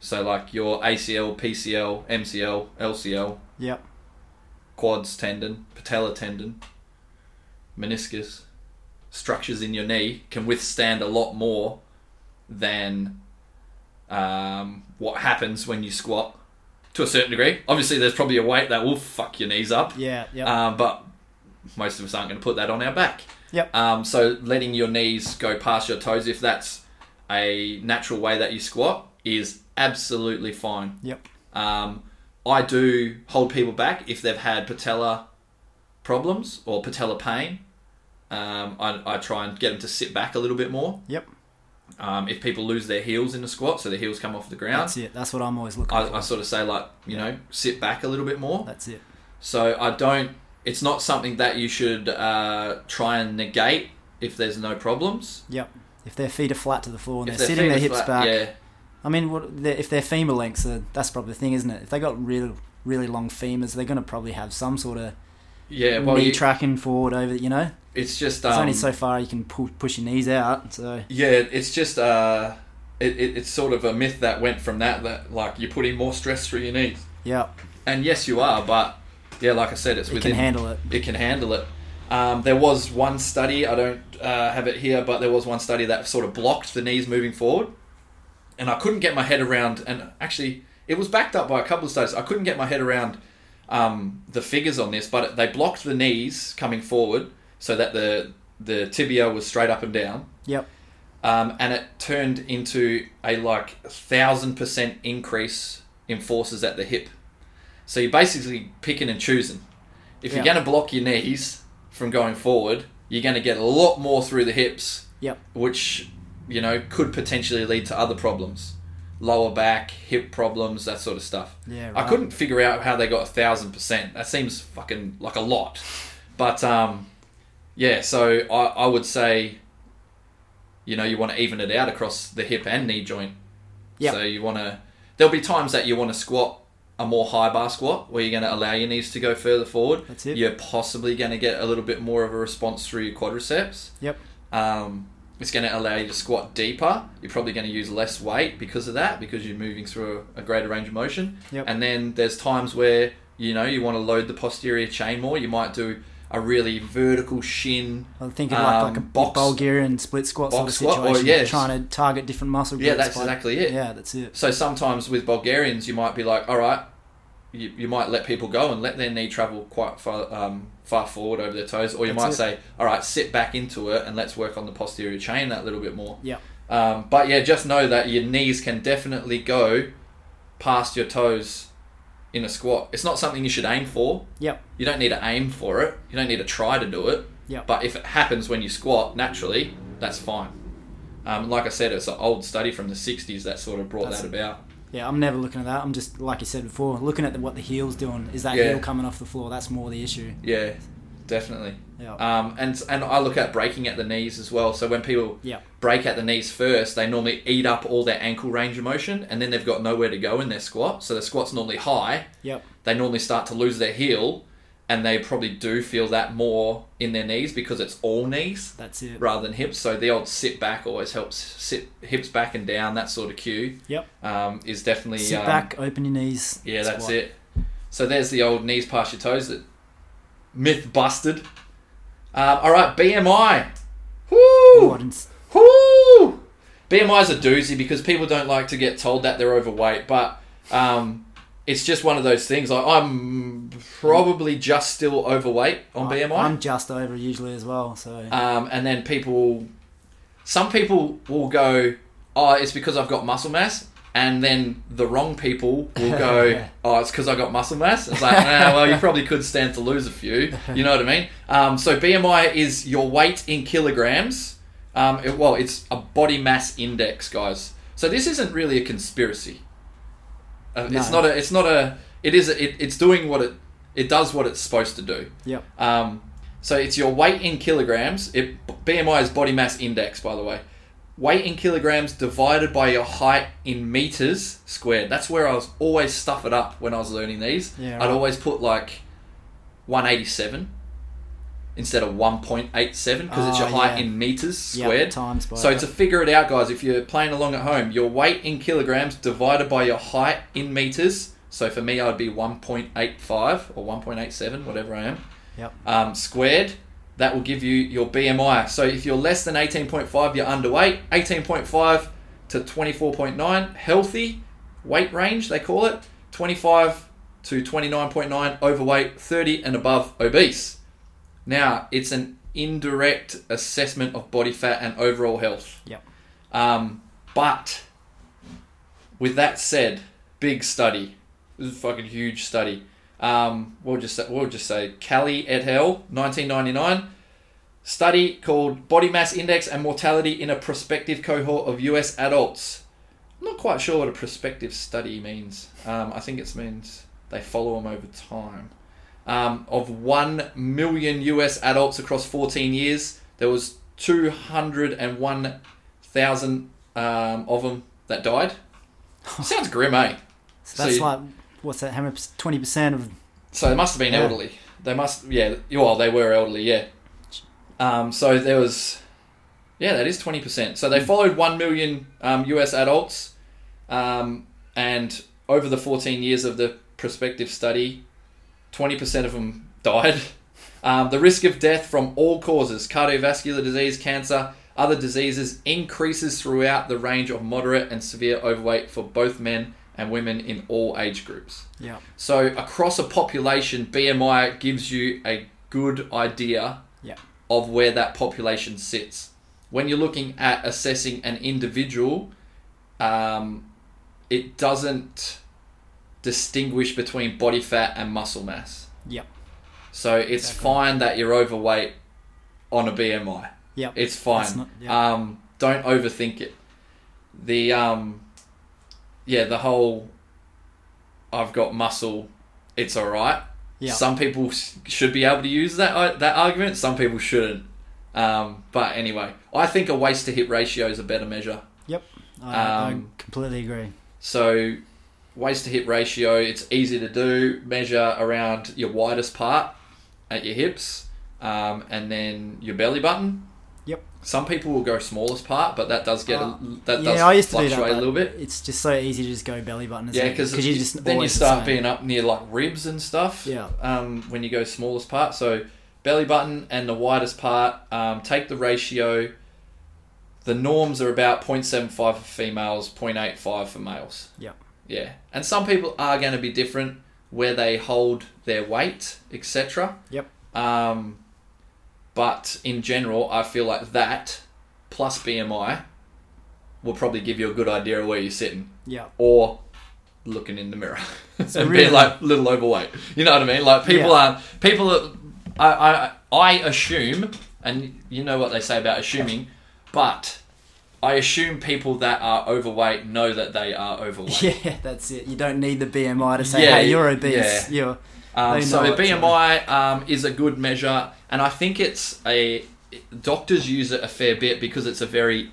B: So, like your ACL, PCL, MCL, LCL,
D: Yep.
B: quads tendon, patella tendon, meniscus, structures in your knee can withstand a lot more than um, what happens when you squat to a certain degree. Obviously, there's probably a weight that will fuck your knees up,
D: Yeah. Yep.
B: um, but most of us aren't going to put that on our back.
D: yep.
B: Um, so letting your knees go past your toes, if that's a natural way that you squat, is absolutely fine.
D: Yep.
B: Um, I do hold people back if they've had patella problems or patella pain. Um, I, I try and get them to sit back a little bit more.
D: Yep.
B: Um, if people lose their heels in a squat, so their heels come off the ground,
D: That's it. That's what I'm always looking
B: I,
D: for.
B: I sort of say like, you know, sit back a little bit more.
D: That's it.
B: So I don't. It's not something that you should uh, try and negate if there's no problems.
D: Yep. If their feet are flat to the floor and
B: If
D: they're
B: their
D: sitting their
B: feet
D: hips
B: are
D: back,
B: flat- yeah,
D: I mean, what, the- if their femur lengths are, that's probably the thing, isn't it? If they got really, really long femurs, they're going to probably have some sort of
B: yeah. Well,
D: knee
B: you,
D: tracking forward over. You know,
B: it's just
D: it's
B: um,
D: only so far you can pull, push your knees out. So
B: yeah. It's just uh, it, it, it's sort of a myth that went from that that like you're putting more stress through your knees,
D: yeah,
B: and yes, you are, but yeah, like I said, it's
D: it
B: within
D: can handle it.
B: it can handle it. Um, there was one study, I don't uh, have it here, but there was one study that sort of blocked the knees moving forward. And I couldn't get my head around, and actually, it was backed up by a couple of studies. I couldn't get my head around um, the figures on this, but they blocked the knees coming forward so that the, the tibia was straight up and down.
D: Yep.
B: Um, and it turned into a like thousand percent increase in forces at the hip. So you're basically picking and choosing. If you're
D: Yeah.
B: going to block your knees from going forward, you're going to get a lot more through the hips,
D: Yep.
B: which you know could potentially lead to other problems, lower back, hip problems, that sort of stuff.
D: Yeah,
B: I
D: right.
B: couldn't figure out how they got a thousand percent. That seems fucking like a lot, but um, yeah. So I, I would say, you know, you want to even it out across the hip and knee joint.
D: Yep.
B: So you want to. There'll be times that you want to squat a more high bar squat where you're going to allow your knees to go further forward.
D: That's it.
B: You're possibly going to get a little bit more of a response through your quadriceps.
D: Yep.
B: Um, it's going to allow you to squat deeper. You're probably going to use less weight because of that, because you're moving through a, a greater range of motion.
D: Yep.
B: And then there's times where you know you want to load the posterior chain more. You might do a really vertical shin.
D: I'm thinking like, like a
B: um, box.
D: Bulgarian split squat sort of
B: box squat, or
D: situation,
B: yes.
D: trying to target different muscle groups.
B: Yeah, that's
D: by-
B: exactly it.
D: Yeah, that's it.
B: So sometimes with Bulgarians, you might be like, all right, you, you might let people go and let their knee travel quite far, um, far forward over their toes, or you
D: That's
B: might
D: it.
B: say, all right, sit back into it and let's work on the posterior chain that little bit more.
D: Yep.
B: Um, but yeah, just know that your knees can definitely go past your toes in a squat. It's not something you should aim for.
D: Yep.
B: You don't need to aim for it. You don't need to try to do it.
D: Yep.
B: But if it happens when you squat naturally, that's fine. Um, like I said, it's an old study from the '60s that sort of brought
D: That's
B: that
D: it.
B: about.
D: Yeah, I'm never looking at that. I'm just like you said before, looking at the, what the heel's doing. Is that
B: Yeah.
D: heel coming off the floor? That's more the issue.
B: Yeah, definitely.
D: Yeah.
B: Um, and and I look at breaking at the knees as well. So when people
D: Yeah.
B: break at the knees first, they normally eat up all their ankle range of motion, and then they've got nowhere to go in their squat. So the squat's normally high.
D: Yep.
B: They normally start to lose their heel, and they probably do feel that more in their knees because it's all knees
D: That's it.
B: rather than hips. So the old sit back always helps sit hips back and down. That sort of cue
D: Yep.
B: um, is definitely
D: Sit
B: um,
D: back, open your knees.
B: yeah, that's
D: squat.
B: it. So there's the old knees past your toes. That myth busted. Um, all right, BMI.
D: What
B: Woo!
D: and s-
B: Woo! BMI is a doozy because people don't like to get told that they're overweight, but um, it's just one of those things. Like I'm probably just still overweight on
D: I-
B: BMI.
D: I'm just over usually as well. So
B: Um, and then people, some people will go, oh, it's because I've got muscle mass. And then the wrong people will go, oh, it's because I got muscle mass. It's like, nah, well, you probably could stand to lose a few. You know what I mean? Um, so BMI is your weight in kilograms. Um, it- well, it's a body mass index, guys. So this isn't really a conspiracy. Uh, It's
D: No.
B: not a. It's not a. it is it, it's doing what it it does what it's supposed to do.
D: Yep.
B: Um, so it's your weight in kilograms. It BMI is body mass index, by the way. Weight in kilograms divided by your height in meters squared. That's where I was always stuff it up when I was learning these.
D: Yeah,
B: I'd
D: right.
B: always put like 187 instead of 1.87 because it's
D: Oh,
B: your height
D: yeah.
B: in meters
D: Yep,
B: squared.
D: times by
B: So to figure it out, guys, if you're playing along at home, your weight in kilograms divided by your height in meters. So for me, I would be 1.85 or 1.87, whatever I am,
D: Yep.
B: um, squared. That will give you your BMI. So if you're less than 18.5, you're underweight. 18.5 to 24.9, healthy weight range, they call it. 25 to 29.9, overweight. 30 and above, obese. Now, it's an indirect assessment of body fat and overall health.
D: Yep.
B: Um, but with that said, big study. This is a fucking huge study. Um, we'll just say, we'll just say Cali et al. 1999 study called Body Mass Index and Mortality in a Prospective Cohort of U.S. Adults. I'm not quite sure what a prospective study means. Um, I think it means they follow them over time. Um, of 1 million US adults across 14 years, there was 201,000 um, of them that died. Sounds grim, eh?
D: So that's
B: you-
D: like what's that? How much? Twenty percent of
B: So they must have been
D: Yeah.
B: elderly. They must, yeah. Well, they were elderly, yeah. Um, so there was, yeah, that is twenty percent. So they followed one million um, U.S. adults, um, and over the fourteen years of the prospective study, twenty percent of them died. Um, the risk of death from all causes, cardiovascular disease, cancer, other diseases, increases throughout the range of moderate and severe overweight for both men and women in all age groups.
D: yeah.
B: So across a population, BMI gives you a good idea
D: Yeah.
B: of where that population sits. When you're looking at assessing an individual, um, it doesn't distinguish between body fat and muscle mass.
D: Yep.
B: So it's fine that you're overweight on a BMI.
D: Yep.
B: It's fine.
D: That's not- yeah.
B: um, don't overthink it. The um, yeah, the whole I've got muscle. It's all right.
D: Yeah.
B: Some people s- should be able to use that uh, that argument. Some people shouldn't. Um, but anyway, I think a waist to hip ratio is a better measure.
D: Yep. I,
B: Um,
D: I completely agree.
B: So waist to hip ratio, it's easy to do. Measure around your widest part at your hips, um, and then your belly button.
D: Yep.
B: Some people will go smallest part, but that does get
D: Uh,
B: a, that does
D: yeah, I used to do
B: fluctuate
D: that.
B: a
D: but
B: little bit.
D: It's just so easy to just go belly button. isn't
B: Yeah,
D: it?
B: because
D: you just
B: then you
D: always the
B: start
D: same.
B: being up near like ribs and stuff.
D: Yeah.
B: Um, when you go smallest part, so belly button and the widest part. Um, take the ratio. The norms are about 0.75 for females, 0.85 for males.
D: Yep.
B: Yeah, and some people are going to be different where they hold their weight, etc.
D: Yep.
B: Um, but in general, I feel like that plus BMI will probably give you a good idea of where you're sitting
D: Yep.
B: or looking in the mirror and
D: really-
B: being like a little overweight. You know what I mean? Like people
D: Yeah.
B: aren't people. Are, I I I assume, and you know what they say about assuming, but I assume people that are overweight know that they are overweight.
D: Yeah, that's it. You don't need the BMI to say,
B: Yeah,
D: "Hey, you're
B: yeah.
D: obese." You're
B: Um,
D: They
B: so
D: know it,
B: BMI um, is a good measure, and I think it's a doctors use it a fair bit because it's a very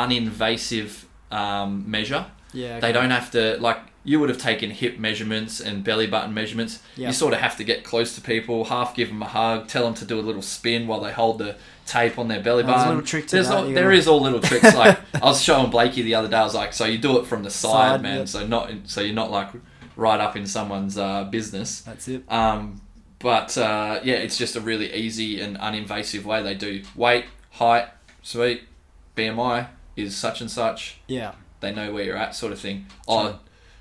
B: uninvasive um, measure.
D: yeah.
B: They don't have to like you would have taken hip measurements and belly button measurements.
D: Yeah.
B: You sort of have to get close to people, half give them a hug, tell them to do a little spin while they hold the tape on their belly
D: Oh, there's a
B: button.
D: little trick to
B: There's
D: that,
B: all-
D: you
B: there
D: gotta-
B: is all little tricks. Like I was showing Blakey the other day. I was like, so you do it from the side,
D: Side,
B: man.
D: yeah.
B: So not in, so you're not like right up in someone's uh, business.
D: That's it.
B: Um, but uh, yeah, it's just a really easy and uninvasive way they do weight, height, sweet, BMI is such and such
D: Yeah.
B: they know where you're at, sort of thing. Oh,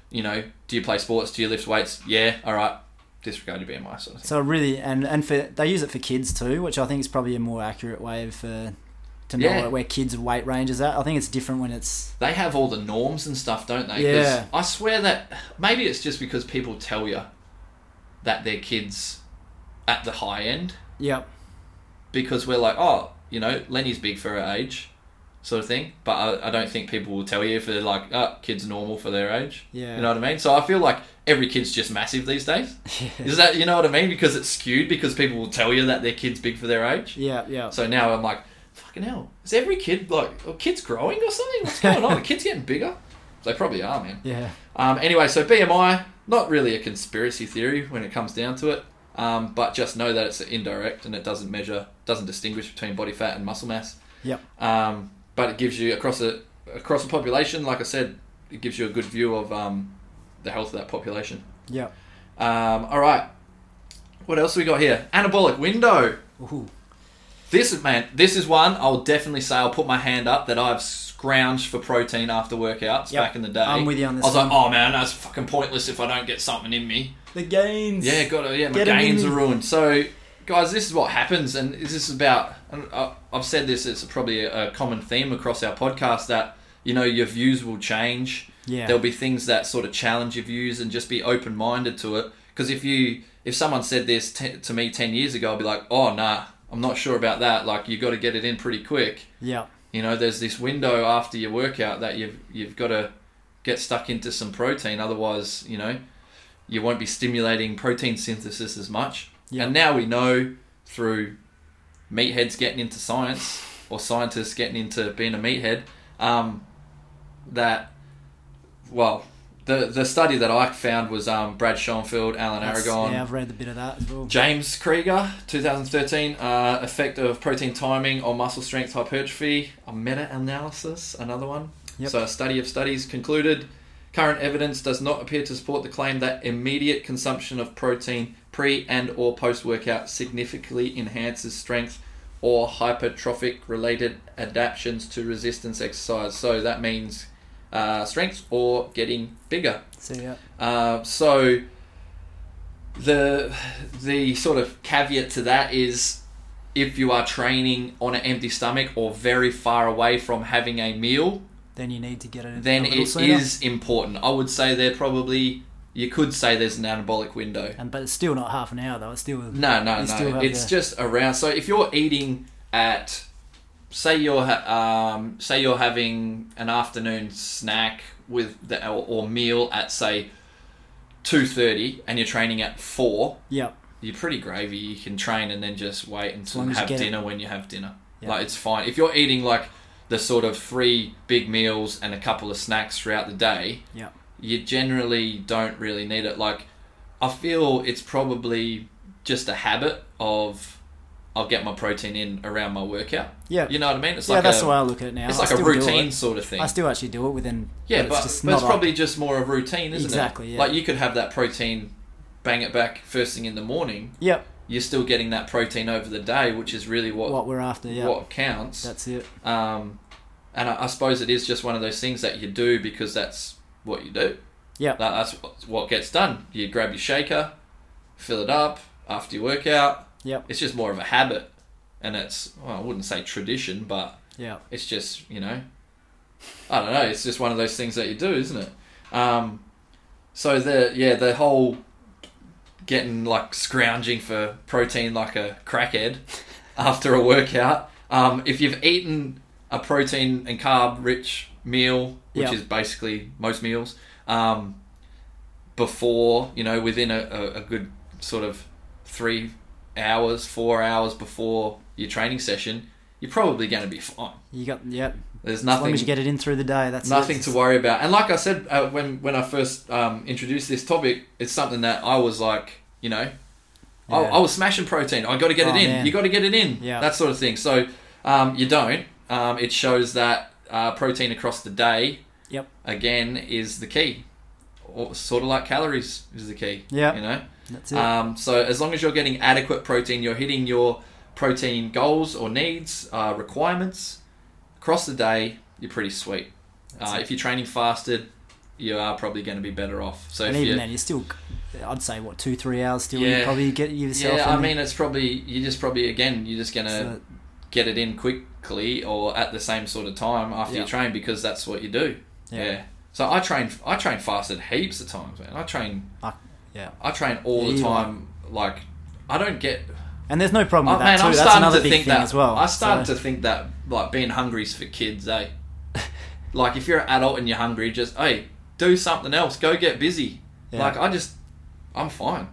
B: you know, do you play sports? Do you lift weights? Yeah, all right. Disregard your BMI, sort of thing.
D: So really, and and for they use it for kids too, which I think is probably a more accurate way of uh, to know
B: Yeah.
D: where kids' weight range is at. I think it's different when it's
B: They have all the norms and stuff, don't they? 'Cause
D: Yeah.
B: I swear that maybe it's just because people tell you that their kids at the high end
D: yep,
B: because we're like, oh, you know, Lenny's big for her age. sort of thing. But I, I don't think people will tell you if they're like, oh, kid's normal for their age.
D: Yeah.
B: You know what I mean? So I feel like every kid's just massive these days. Is that, you know what I mean? Because it's skewed because people will tell you that their kid's big for their age.
D: Yeah, yeah.
B: So now I'm like, fucking hell, is every kid like, are kids growing or something? What's going on? Are kids getting bigger? They probably are, man.
D: yeah.
B: Um, anyway, so BMI, not really a conspiracy theory when it comes down to it, um, but just know that it's indirect and it doesn't measure, doesn't distinguish between body fat and muscle mass.
D: Yep.
B: Um, but it gives you across a across a population, like I said, it gives you a good view of um, the health of that population.
D: Yep.
B: Um, all right, what else we got here? Anabolic window.
D: Ooh.
B: This is man. This is one I'll definitely say. I'll put my hand up that I've scrounged for protein after workouts
D: Yep.
B: back in the day.
D: I'm with you on this
B: I was like,
D: one.
B: oh man, that's fucking pointless if I don't get something in me.
D: The gains.
B: Yeah, got to, yeah. My
D: Get 'em
B: gains
D: in.
B: are ruined. So, guys, this is what happens, and this is about. And I- I've said this. It's probably a common theme across our podcast that you know your views will change.
D: Yeah.
B: There'll be things that sort of challenge your views, and just be open minded to it. Because if you if someone said this t- to me ten years ago, I'd be like, oh nah, I'm not sure about that. Like you got to get it in pretty quick.
D: Yeah.
B: You know, there's this window after your workout that you've you've got to get stuck into some protein, otherwise, you know, you won't be stimulating protein synthesis as much.
D: Yeah.
B: And now we know through meatheads getting into science or scientists getting into being a meathead um, that, well, the the study that I found was um, Brad Schoenfeld, Alan
D: That's-
B: Aragon,
D: Yeah, I've read a bit of that as well.
B: James Krieger, 2013, uh, effect of protein timing on muscle strength hypertrophy, a meta analysis, another one.
D: Yep.
B: So, a study of studies concluded current evidence does not appear to support the claim that immediate consumption of protein pre and or post workout significantly enhances strength or hypertrophic related adaptions to resistance exercise. So, that means uh, strength or getting bigger.
D: so yeah.
B: Uh, so the the sort of caveat to that is if you are training on an empty stomach or very far away from having a meal,
D: Then you need to get it. in
B: then
D: a little
B: it
D: sooner.
B: is important. I would say there probably you could say there's an anabolic window.
D: And but it's still not half an hour though. It's still
B: No, no,
D: You still
B: no.
D: have
B: It's
D: the-
B: just around. So if you're eating at, say you're ha- um, say you're having an afternoon snack with the or, or meal at say two thirty, and you're training at four,
D: Yep.
B: you're pretty gravy. You can train and then just wait until
D: long as you
B: have
D: get it.
B: dinner when you have dinner.
D: Yeah.
B: Like it's fine if you're eating like the sort of three big meals and a couple of snacks throughout the day
D: Yep.
B: you generally don't really need it. Like, I feel it's probably just a habit of I'll get my protein in around my workout.
D: Yeah.
B: You know what I mean? It's
D: yeah,
B: like
D: that's
B: a,
D: the way I look at it now.
B: it's
D: I
B: like a
D: still do
B: routine
D: it.
B: sort of thing.
D: I still actually do it within.
B: yeah, but,
D: it's just
B: but it's
D: not
B: probably just more of routine, isn't it?
D: Exactly, yeah.
B: Like you could have that protein, bang it back first thing in the morning.
D: Like, yep.
B: You're still getting that protein over the day, which is really what
D: What we're after. Yeah.
B: what counts.
D: That's it.
B: um, and I, I suppose it is just one of those things that you do because that's what you do.
D: Yeah.
B: That, that's wh- what gets done. You grab your shaker, fill it up after your workout.
D: Yep.
B: It's just more of a habit, and it's well, I wouldn't say tradition, but
D: Yep.
B: it's just you know, I don't know. It's just one of those things that you do, isn't it? Um, so the yeah the whole getting like scrounging for protein like a crackhead after a workout. Um, if you've eaten a protein and carb rich meal, which
D: Yeah.
B: is basically most meals, um, before you know within a, a, a good sort of three hours, four hours before your training session, you're probably going to be fine.
D: You got. Yep.
B: There's
D: As
B: nothing
D: long as you get it in through the day, that's
B: nothing
D: it.
B: to worry about. And like I said uh, when when I first um, introduced this topic, it's something that I was like, you know, I,
D: Yeah.
B: I was smashing protein. I got to get
D: Oh,
B: it in.
D: man.
B: You got to get it in.
D: Yeah.
B: that sort of thing. So um, you don't. Um, it shows that uh, protein across the day
D: Yep.
B: again is the key, or sort of like calories is the key.
D: Yeah.
B: you know.
D: That's it.
B: Um, so as long as you're getting adequate protein, you're hitting your protein goals or needs, uh, requirements across the day, you're pretty sweet. Uh,
D: it.
B: if you're training fasted, you are probably going to be better off. So
D: and
B: if
D: even
B: you,
D: then, you're still. I'd say what two, three hours still.
B: Yeah.
D: You probably get yourself.
B: yeah, I
D: in.
B: mean, uh, it's probably you just probably again you're just gonna
D: So-
B: get it in quickly or at the same sort of time after
D: Yeah.
B: you train because that's what you do.
D: Yeah.
B: So I train I train fasted heaps of times, man. I train
D: I- yeah.
B: I train all
D: Yeah,
B: the
D: you
B: time. Like, I don't get.
D: And there's no problem
B: Oh,
D: with that
B: man,
D: too.
B: I'm
D: That's
B: starting
D: another
B: to
D: big
B: think
D: thing
B: that
D: as well.
B: I started
D: So-
B: to think that like being hungry's for kids, eh? like if you're an adult and you're hungry, just hey, do something else. Go get busy.
D: Yeah.
B: Like I just, I'm fine.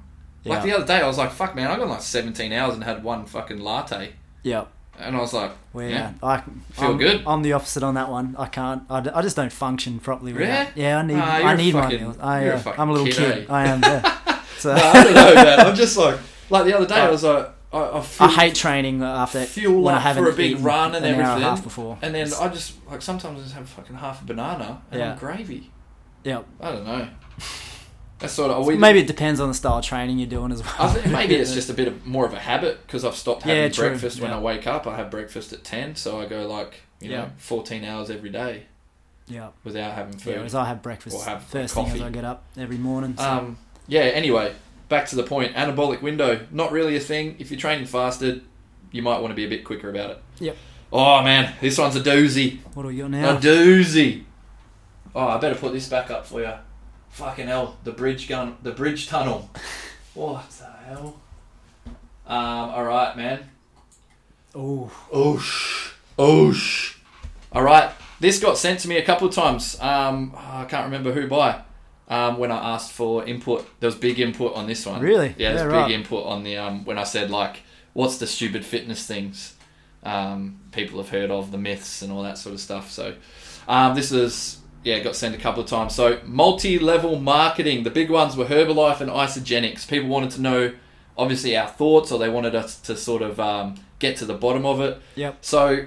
B: Like
D: Yeah.
B: the other day, I was like, fuck, man, I got like 17 hours and had one fucking latte,
D: yeah.
B: and I was like,
D: Where
B: yeah.
D: I
B: Feel
D: I'm,
B: good?
D: I'm the opposite on that one. I can't. I, d- I just don't function properly. With
B: Really?
D: that. Yeah, I need.
B: Ah, you're
D: I
B: a
D: need my
B: fucking-
D: meals. I,
B: you're a
D: uh,
B: fucking
D: I'm a little
B: kid,
D: kid.
B: eh?
D: I am. Yeah. So
B: No, I don't know, man. I'm just like, like the other day, I was like, I, I, feel,
D: I hate training after
B: fuel
D: when
B: up
D: I haven't
B: for a big
D: eaten
B: run and
D: an
B: everything.
D: hour and a half before.
B: and then I just like sometimes I just have fucking half a banana and
D: Yeah.
B: I'm gravy.
D: yeah,
B: I don't know. That's sort of. Are we,
D: maybe it depends on the style of training you're doing as well.
B: I think maybe it's just a bit of more of a habit because I've stopped having
D: Yeah, true,
B: breakfast when
D: yeah.
B: I wake up. I have breakfast at ten, so I go like you
D: Yeah.
B: know fourteen hours every day
D: yeah.
B: without having
D: Yeah,
B: food.
D: whereas I have breakfast
B: Or have
D: first thing
B: coffee.
D: as I get up every morning. So.
B: Um, yeah. Anyway, back to the point. Anabolic window, not really a thing. If you're training fasted, you might want to be a bit quicker about it.
D: Yep.
B: Oh man, this one's a doozy.
D: what do we got now?
B: A doozy. Oh, I better put this back up for you. Fucking hell, the bridge gun, the bridge tunnel. What the hell? Um. All right, man.
D: Oh,
B: Oosh. Oosh. All right. This got sent to me a couple of times. Um, I can't remember who by. Um, when I asked for input, there was big input on this one.
D: Really?
B: Yeah, there's
D: Yeah,
B: big
D: right.
B: input on the um, when I said like, what's the stupid fitness things um, people have heard of, the myths and all that sort of stuff. So um, this is yeah got sent a couple of times. So multi-level marketing. The big ones were Herbalife and Isogenics. People wanted to know obviously our thoughts, or they wanted us to sort of um, get to the bottom of it.
D: yep.
B: So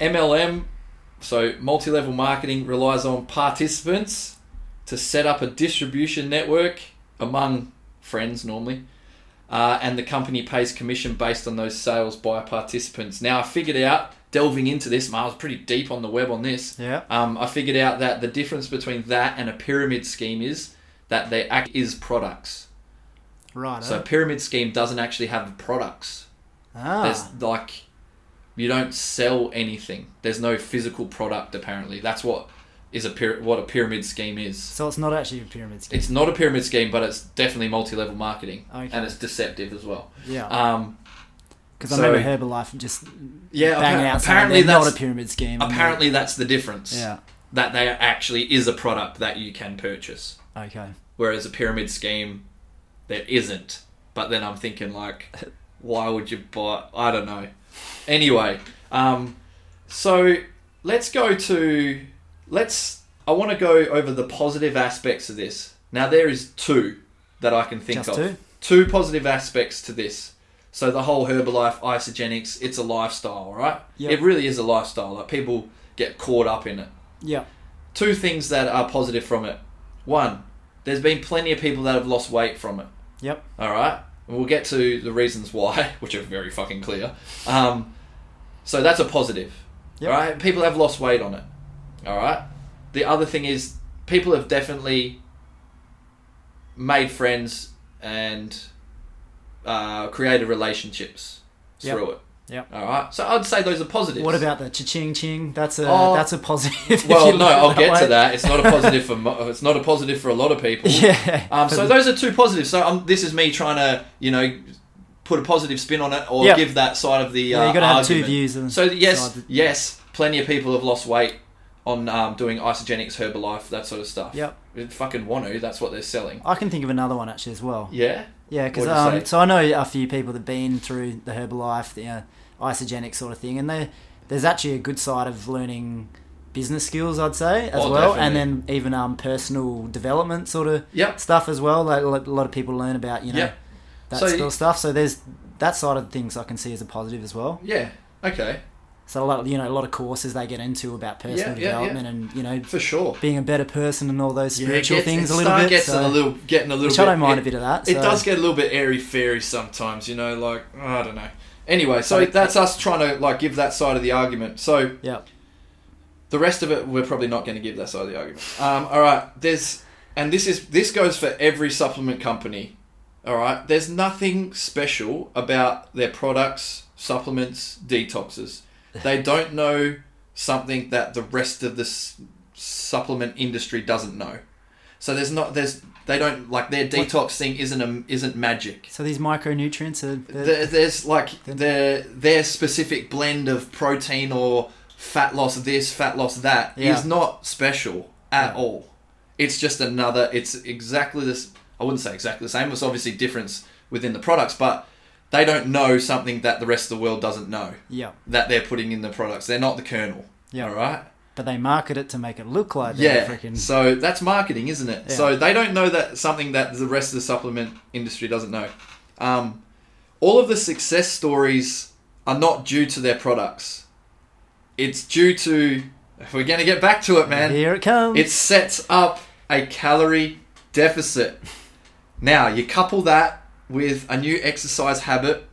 B: MLM, so multi-level marketing relies on participants to set up a distribution network among friends normally. Uh, and the company pays commission based on those sales by participants. Now, I figured out delving into this, man, I was pretty deep on the web on this.
D: Yeah.
B: Um, I figured out that the difference between that and a pyramid scheme is that they act is products.
D: Right.
B: So, a pyramid scheme doesn't actually have products.
D: ah.
B: There's like you don't sell anything. There's no physical product apparently. That's what is a pyra- what a pyramid scheme is.
D: So it's not actually a pyramid scheme.
B: It's not a pyramid scheme, but it's definitely multi-level marketing,
D: Okay.
B: and it's deceptive as well.
D: yeah.
B: Um,
D: Because
B: so-
D: I remember Herbalife just
B: yeah,
D: banging
B: appa-
D: out saying
B: apparently
D: they're not a
B: that's
D: pyramid scheme. and
B: apparently that's the difference.
D: they're- Yeah.
B: that there actually is a product that you can purchase,
D: Okay.
B: whereas a pyramid scheme there isn't. But then I'm thinking like, why would you buy? I don't know. Anyway, um, so let's go to let's. I want to go over the positive aspects of this. Now there is two that I can think
D: Just
B: of.
D: two?
B: Two positive aspects to this. So the whole Herbalife isogenics, it's a lifestyle, right?
D: Yep.
B: It really is a lifestyle. Like people get caught up in it
D: Yeah.
B: two things that are positive from it. One, there's been plenty of people that have lost weight from it.
D: Yep.
B: All right, and we'll get to the reasons why, which are very fucking clear. Um, so that's a positive.
D: Yep.
B: All right, people have lost weight on it. All right. The other thing is people have definitely made friends and uh, created relationships
D: Yep.
B: through it.
D: Yep.
B: All right. So I'd say those are positives.
D: What about the cha-ching ching? That's a
B: Oh.
D: that's a positive. if you
B: Well,
D: look
B: no,
D: at it
B: I'll get to
D: way.
B: that. It's not a positive for mo- it's not a positive for a lot of people.
D: Yeah.
B: Um,
D: For
B: so
D: the-
B: those are two positives. So um, this is me trying to you know put a positive spin on it or
D: Yep.
B: give that side of the. Uh,
D: yeah, you got to have two
B: argument.
D: views. And
B: So yes,
D: side that-
B: yes, plenty of people have lost weight on um, doing isogenics, Herbalife, that sort of stuff.
D: Yep.
B: It fucking want to. That's what they're selling.
D: I can think of another one actually as well.
B: Yeah.
D: Yeah, because
B: What'd you say?
D: um, so I know a few people that've been through the Herbalife, the uh, isogenic sort of thing, and they, there's actually a good side of learning business skills, I'd say, as
B: Oh,
D: well,
B: definitely.
D: and then even um, personal development sort of
B: Yep.
D: stuff as well. Like a lot- a lot of people learn about you know
B: Yep.
D: that
B: So
D: sort
B: you-
D: of stuff. So there's that side of things I can see as a positive as well.
B: Yeah. Okay.
D: So a lot, of, you know, a lot of courses they get into about personal
B: Yeah, yeah, yeah.
D: development and you know
B: For sure.
D: being a better person and all those spiritual
B: it gets-
D: things
B: it
D: a little
B: start
D: bit.
B: Gets
D: so-
B: a little, getting a little
D: which
B: bit,
D: I don't mind
B: it-
D: a bit of that.
B: It
D: so-
B: does get a little bit airy fairy sometimes, you know, like I don't know. Anyway, so
D: But it-
B: that's us trying to like give that side of the argument. So
D: Yep.
B: the rest of it, we're probably not going to give that side of the argument. Um, all right, there's, and this is this goes for every supplement company. All right, there's nothing special about their products, supplements, detoxes. They don't know something that the rest of the s- supplement industry doesn't know. So there's not there's they don't like their
D: What-
B: detox thing isn't a, isn't magic.
D: So these micronutrients are. they're-
B: There, there's like
D: Then-
B: their their specific blend of protein or fat loss this fat loss that is
D: Yeah.
B: not special at all. It's just another. It's exactly this. I wouldn't say exactly the same. There's obviously difference within the products, but they don't know something that the rest of the world doesn't know
D: yeah,
B: that they're putting in the products. They're not the kernel.
D: Yeah.
B: All right.
D: but they market it to make it look like
B: Yeah.
D: they're freaking.
B: So that's marketing, isn't it?
D: Yeah.
B: So they don't know that something that the rest of the supplement industry doesn't know. Um, all of the success stories are not due to their products. It's due to if we're gonna get back to it, man.
D: Here it comes.
B: It sets up a calorie deficit. Now, you couple that with a new exercise habit,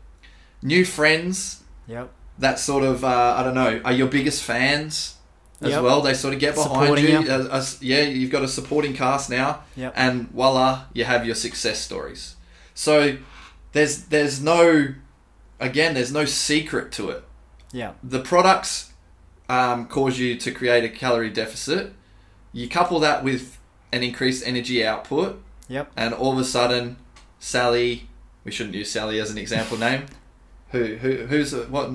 B: new friends,
D: yep.
B: that sort of uh, I don't know are your biggest fans as
D: Yep.
B: well. They sort of get behind
D: Supporting
B: you.
D: you.
B: As, as- yeah, you've got a supporting cast now,
D: Yep.
B: and voila, you have your success stories. So there's there's no again there's no secret to it.
D: Yeah.
B: The products um, cause you to create a calorie deficit. You couple that with an increased energy output,
D: Yep.
B: and all of a sudden, Sally. We shouldn't use Sally as an example name. Who who who's uh, what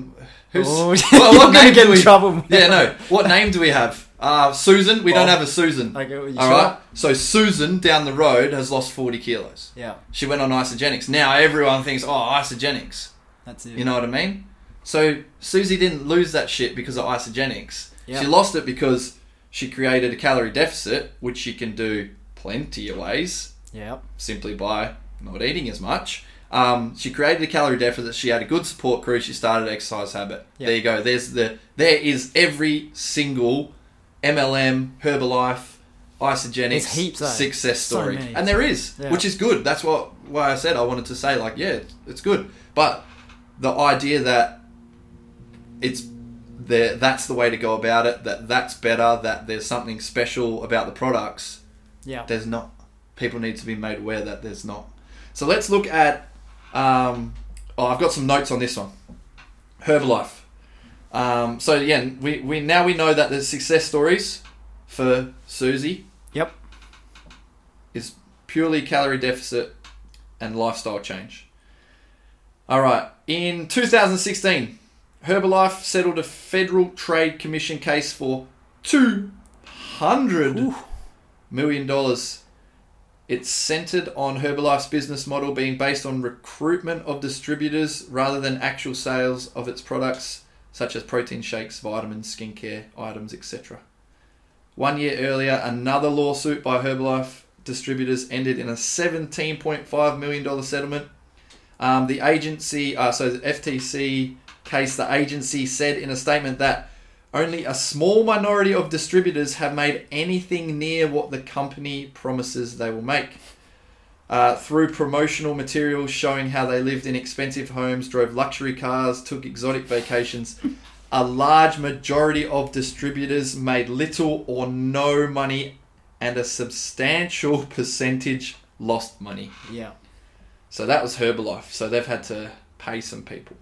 B: who's
D: Oh,
B: what,
D: you're
B: what
D: gonna
B: name
D: get
B: do
D: in
B: we,
D: trouble.
B: Yeah, no. What name do we have? Uh, Susan. We don't
D: Well,
B: have a Susan.
D: okay, well, you
B: All
D: sure?
B: right. So Susan down the road has lost forty kilos.
D: Yeah.
B: She went on isogenics. Now everyone thinks, oh, isogenics.
D: That's it.
B: You know what I mean? So Susie didn't lose that shit because of isogenics.
D: Yeah.
B: She lost it because she created a calorie deficit, which she can do plenty of ways
D: Yep.
B: simply by not eating as much. Um, she created a calorie deficit. She had a good support crew. She started an exercise habit.
D: Yeah.
B: There you go. There's the there is every single MLM, Herbalife, Isogenics
D: There's heaps, eh?
B: success
D: So
B: story,
D: many.
B: and there is,
D: Yeah.
B: which is good. That's what why I said I wanted to say like yeah, it's, it's good. But the idea that it's there, that's the way to go about it. That that's better. That there's something special about the products
D: Yeah.
B: there's not. People need to be made aware that there's not. So let's look at. Um, oh, I've got some notes on this one. Herbalife. Um, so yeah, we, we now we know that the success stories for Susie
D: Yep.
B: is purely calorie deficit and lifestyle change. All right. In 2016, Herbalife settled a Federal Trade Commission case for two hundred million dollars. It's centered on Herbalife's business model being based on recruitment of distributors rather than actual sales of its products, such as protein shakes, vitamins, skincare items, etc. One year earlier, another lawsuit by Herbalife distributors ended in a $17.5 million settlement. Um, the agency, uh, so the FTC case, the agency said in a statement that only a small minority of distributors have made anything near what the company promises they will make. Uh, through promotional materials showing how they lived in expensive homes, drove luxury cars, took exotic vacations, a large majority of distributors made little or no money, and a substantial percentage lost money.
D: Yeah.
B: So that was Herbalife. So they've had to pay some people.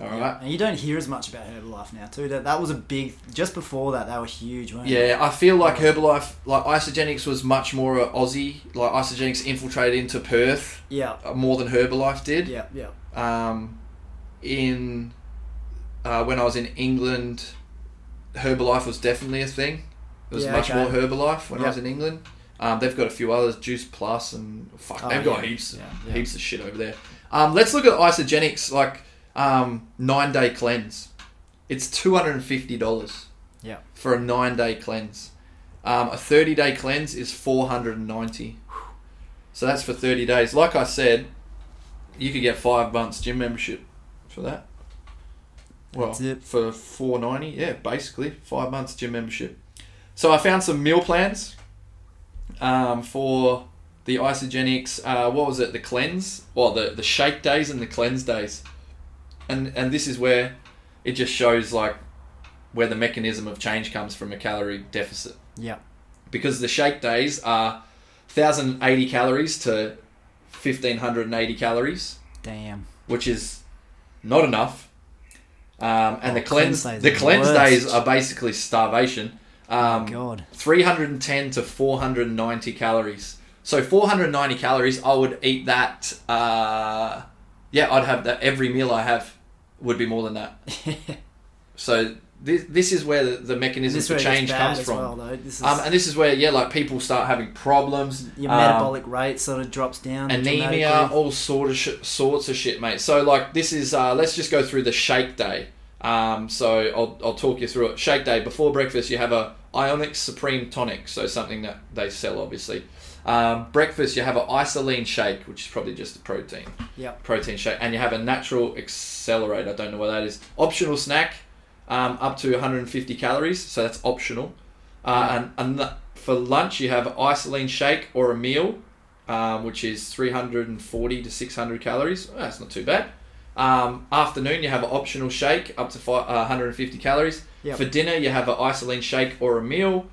B: All right.
D: And you don't hear as much about Herbalife now, too. That that was a big. Just before that, they were huge, weren't they?
B: Yeah, I feel like Herbalife, like Isogenics, was much more a Aussie. Like Isogenics infiltrated into Perth
D: Yeah.
B: uh, more than Herbalife did.
D: Yeah. Yeah.
B: um, in uh, when I was in England, Herbalife was definitely a thing. It was
D: Yeah,
B: much
D: okay.
B: more Herbalife when I was
D: Yep.
B: in England. Um, they've got a few others, Juice Plus, and fuck,
D: Oh,
B: they've got
D: yeah.
B: heaps,
D: Yeah, yeah.
B: heaps of shit over there. Um, let's look at Isogenics, like um, nine day cleanse. It's two hundred and fifty dollars
D: Yeah.
B: for a nine day cleanse. Um, a 30 day cleanse is 490. So that's for 30 days. Like I said, you could get five months gym membership for that. Well,
D: That's it.
B: for 490, yeah, basically five months gym membership. So I found some meal plans um, for the isogenics. Uh, what was it? The cleanse, well, the the shake days and the cleanse days, and and this is where it just shows like where the mechanism of change comes from a calorie deficit
D: Yeah.
B: because the shake days are 1080 calories to 1580 calories
D: Damn.
B: which is not enough um, and the
D: Oh,
B: cleanse
D: cleanse days
B: the
D: are the
B: cleanse
D: worst.
B: days are basically starvation Um,
D: God.
B: 310 to 490 calories. So 490 calories, I would eat that. Uh, yeah, I'd have that every meal I have would be more than that. so this this is where the, the mechanism
D: This
B: for
D: where it gets
B: change
D: bad
B: comes
D: as
B: from.
D: well, though. This is
B: Um, and this is where yeah, like people start having problems.
D: your
B: um,
D: metabolic rate sort of drops down.
B: anemia,
D: dramatically.
B: all sort of sh- sorts of shit, mate. So like this is uh, let's just go through the shake day. Um, so I'll, I'll talk you through it. Shake day before breakfast, you have a Ionic Supreme tonic, so something that they sell obviously. Um, breakfast, you have a isoline shake, which is probably just a protein
D: Yep.
B: protein shake, and you have a natural accelerator. I don't know what that is. Optional snack, um, up to 150 calories, so that's optional. Uh, and, and the- for lunch, you have isoline shake or a meal, um, which is 340 to 600 calories. Well, that's not too bad. Um, afternoon, you have an optional shake up to fi uh, 150 calories.
D: Yep.
B: For dinner, you have an isoline shake or a meal,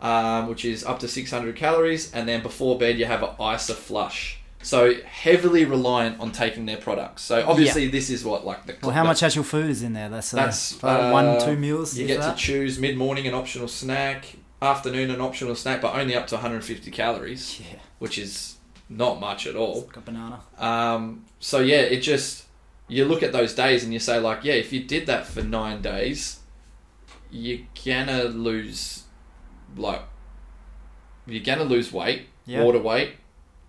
B: um, which is up to 600 calories, and then before bed you have an ISA flush. So heavily reliant on taking their products. So obviously this is what like the
D: Well, how much actual food is in there? That's, uh,
B: That's
D: about
B: uh,
D: one, two meals.
B: You
D: if
B: get
D: that?
B: to choose mid morning an optional snack, afternoon an optional snack, but only up to 150 calories,
D: yeah,
B: which is not much at all.
D: it's like a banana.
B: Um, so yeah, it just you look at those days and you say like, yeah, if you did that for nine days, you're gonna lose like you're gonna lose weight,
D: Yeah.
B: water weight.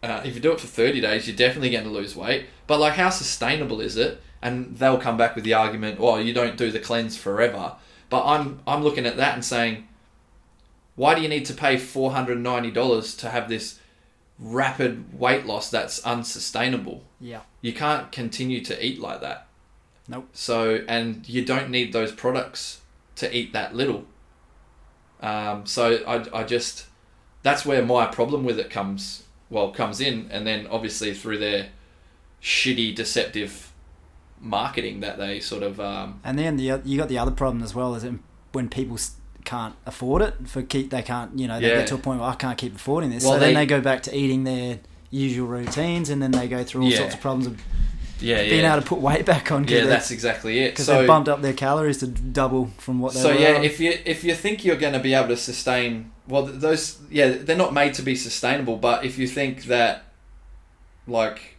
B: Uh, if you do it for thirty days, you're definitely gonna lose weight. But like, how sustainable is it? And they'll come back with the argument, well, you don't do the cleanse forever. But I'm I'm looking at that and saying, why do you need to pay four hundred ninety dollars to have this rapid weight loss that's unsustainable?
D: Yeah.
B: you can't continue to eat like that.
D: Nope.
B: So, and you don't need those products to eat that little. Um, so I, I just, that's where my problem with it comes, well, comes in. And then obviously through their shitty, deceptive marketing that they sort of, um,
D: And then the, oth- you got the other problem as well is in- when people s- can't afford it for keep they can't you know they
B: Yeah.
D: get to a point where I can't keep affording this.
B: Well,
D: so then
B: they-
D: they go back to eating their usual routines and then they go through all
B: Yeah.
D: sorts of problems of
B: yeah,
D: being
B: yeah.
D: able to put weight back on
B: Yeah,
D: because
B: that's exactly it.
D: because
B: So,
D: they've bumped up their calories to double from what they
B: so
D: were
B: yeah,
D: on.
B: if you if you think you're going to be able to sustain, well, th- those yeah, they're not made to be sustainable. But if you think that, like,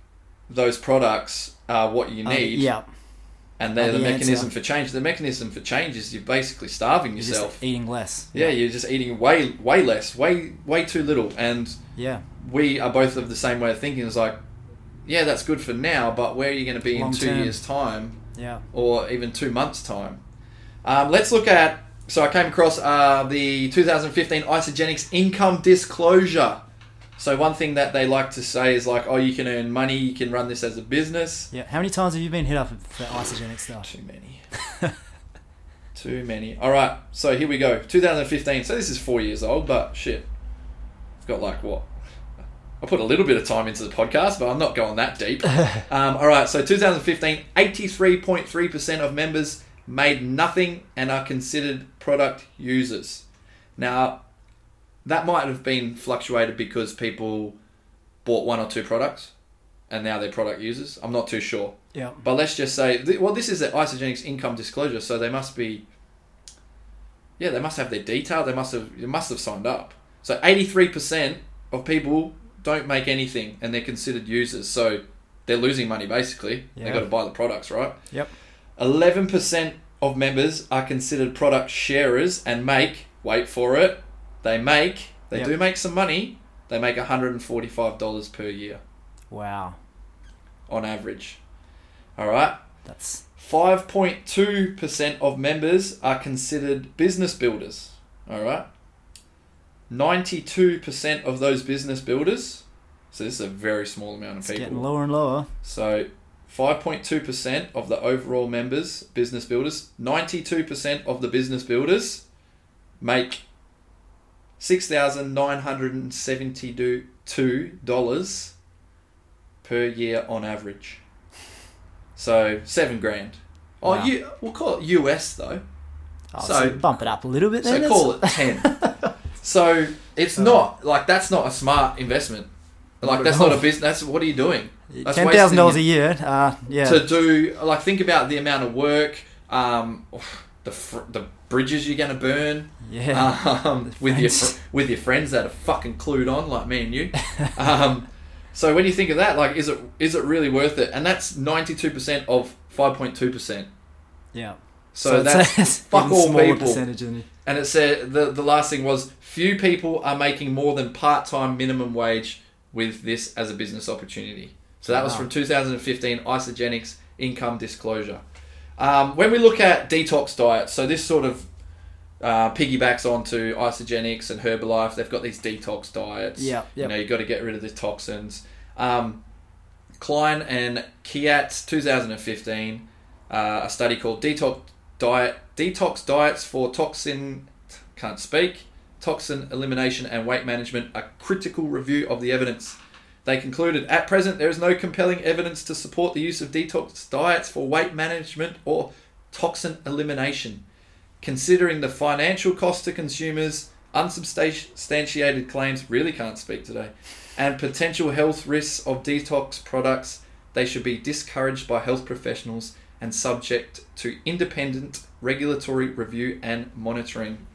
B: those products are what you
D: Uh,
B: need,
D: yeah
B: and they're
D: are
B: the,
D: the
B: mechanism
D: answer.
B: for change. The mechanism for change is you're basically starving
D: you're
B: yourself.
D: just eating less
B: yeah, you're just eating way way less, way way too little, and
D: yeah
B: we are both of the same way of thinking. It's like, yeah, that's good for now, but where are you going to be in
D: Long
B: two
D: term.
B: years' time?
D: yeah
B: or even two months' time. Um, let's look at. So I came across uh, the 2015 Isogenics income disclosure. So one thing that they like to say is like, oh, you can earn money, you can run this as a business.
D: yeah how many times have you been hit up for isogenic stuff
B: Too many. Too many. All right. So here we go. 2015. So this is four years old, but shit, I've got like what? I put a little bit of time into the podcast, but I'm not going that deep. Um, all right, so 2015, 83.3% of members made nothing and are considered product users. Now, that might have been fluctuated because people bought one or two products and now they're product users. I'm not too sure.
D: yeah
B: But let's just say, th- well, this is the isogenics income disclosure, so they must be, yeah, they must have their detail. They must have, they must have signed up. So eighty three percent of people don't make anything, and they're considered users. So they're losing money basically. They
D: Yeah.
B: got to buy the products, right?
D: Yep.
B: Eleven percent of members are considered product sharers and make. Wait for it. They make. They
D: Yep.
B: do make some money. They make one hundred and forty five dollars per year
D: wow
B: on average. All right.
D: that's
B: 5.2% of members are considered business builders. All right. 92% of those business builders, so this is a very small amount of
D: it's
B: people.
D: getting lower and lower
B: So 5.2% of the overall members, business builders, 92% of the business builders make $6,972 per year on average. So seven grand. Oh,
D: Wow.
B: you, we'll call it US though.
D: oh,
B: So-
D: so, bump it up a little bit then
B: So call it 10. so it's
D: Oh.
B: not like that's not a smart investment. Like
D: at
B: that's not a
D: all.
B: business. That's what are you doing? That's
D: ten thousand
B: wasting your-
D: dollars a year uh yeah
B: to do like think about the amount of work um the fr- the bridges you're gonna burn
D: Yeah.
B: um,
D: The
B: with your
D: friends.
B: fr- with your friends that are fucking clued on like me and you. Um, so when you think of that, like, is it is it really worth it? And that's ninety two percent of five point two percent.
D: yeah.
B: Ah. So, that's fuck
D: even
B: all
D: smaller
B: people.
D: percentage than
B: And it said the the last thing was few people are making more than part time minimum wage with this as a business opportunity. So that was
D: Wow.
B: from 2015 Isogenics Income Disclosure. Um, when we look at detox diets, so this sort of uh, piggybacks onto Isogenics and Herbalife. They've got these detox diets.
D: Yeah,
B: You
D: yeah.
B: know, you got to get rid of the toxins. Um, Klein and Kiat, 2015, uh, a study called Detox Diet Detox Diets for Toxin Can't Speak Toxin Elimination and Weight Management: A Critical Review of the Evidence. They concluded at present there is no compelling evidence to support the use of detox diets for weight management or toxin elimination. Considering the financial cost to consumers, unsubstantiated claims really can't speak today, and potential health risks of detox products, they should be discouraged by health professionals and subject to independent regulatory review and monitoring.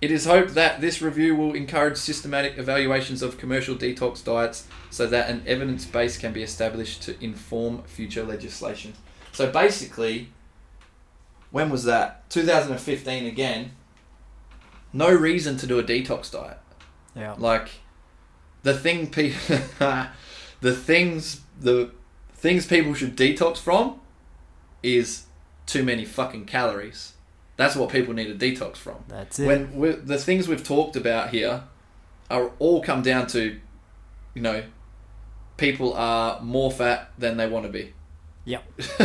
B: It is hoped that this review will encourage systematic evaluations of commercial detox diets so that an evidence base can be established to inform future legislation. So basically, when was that? 2015 again. No reason to do a detox diet.
D: you. Yeah.
B: Like the thing people the things the things people should detox from is too many fucking calories. That's what people need to detox from.
D: That's it.
B: When we the things we've talked about here are all come down to you know people are more fat than they want to be.
D: Yep.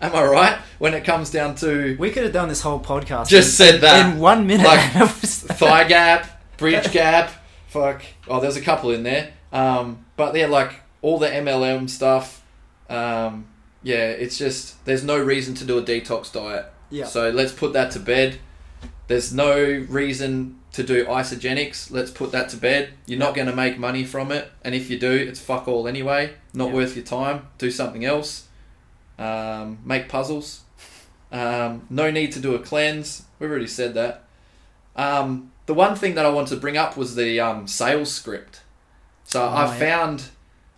B: Am I right? When it comes down to
D: We could have done this whole podcast.
B: Just
D: in-
B: said that.
D: in one minute.
B: Like,
D: That was-
B: thigh gap, bridge gap, fuck. Oh, there's a couple in there. Um, but yeah, like all the MLM stuff. Um, yeah, it's just there's no reason to do a detox diet.
D: Yeah.
B: So let's put that to bed. There's no reason to do isogenics. Let's put that to bed. You're not going to make money from it, and if you do, it's fuck all anyway. Not
D: Yeah.
B: worth your time. Do something else. Um, make puzzles. Um, no need to do a cleanse. We've already said that. Um, the one thing that I wanted to bring up was the um, sales script. So
D: Oh,
B: I
D: yeah.
B: found,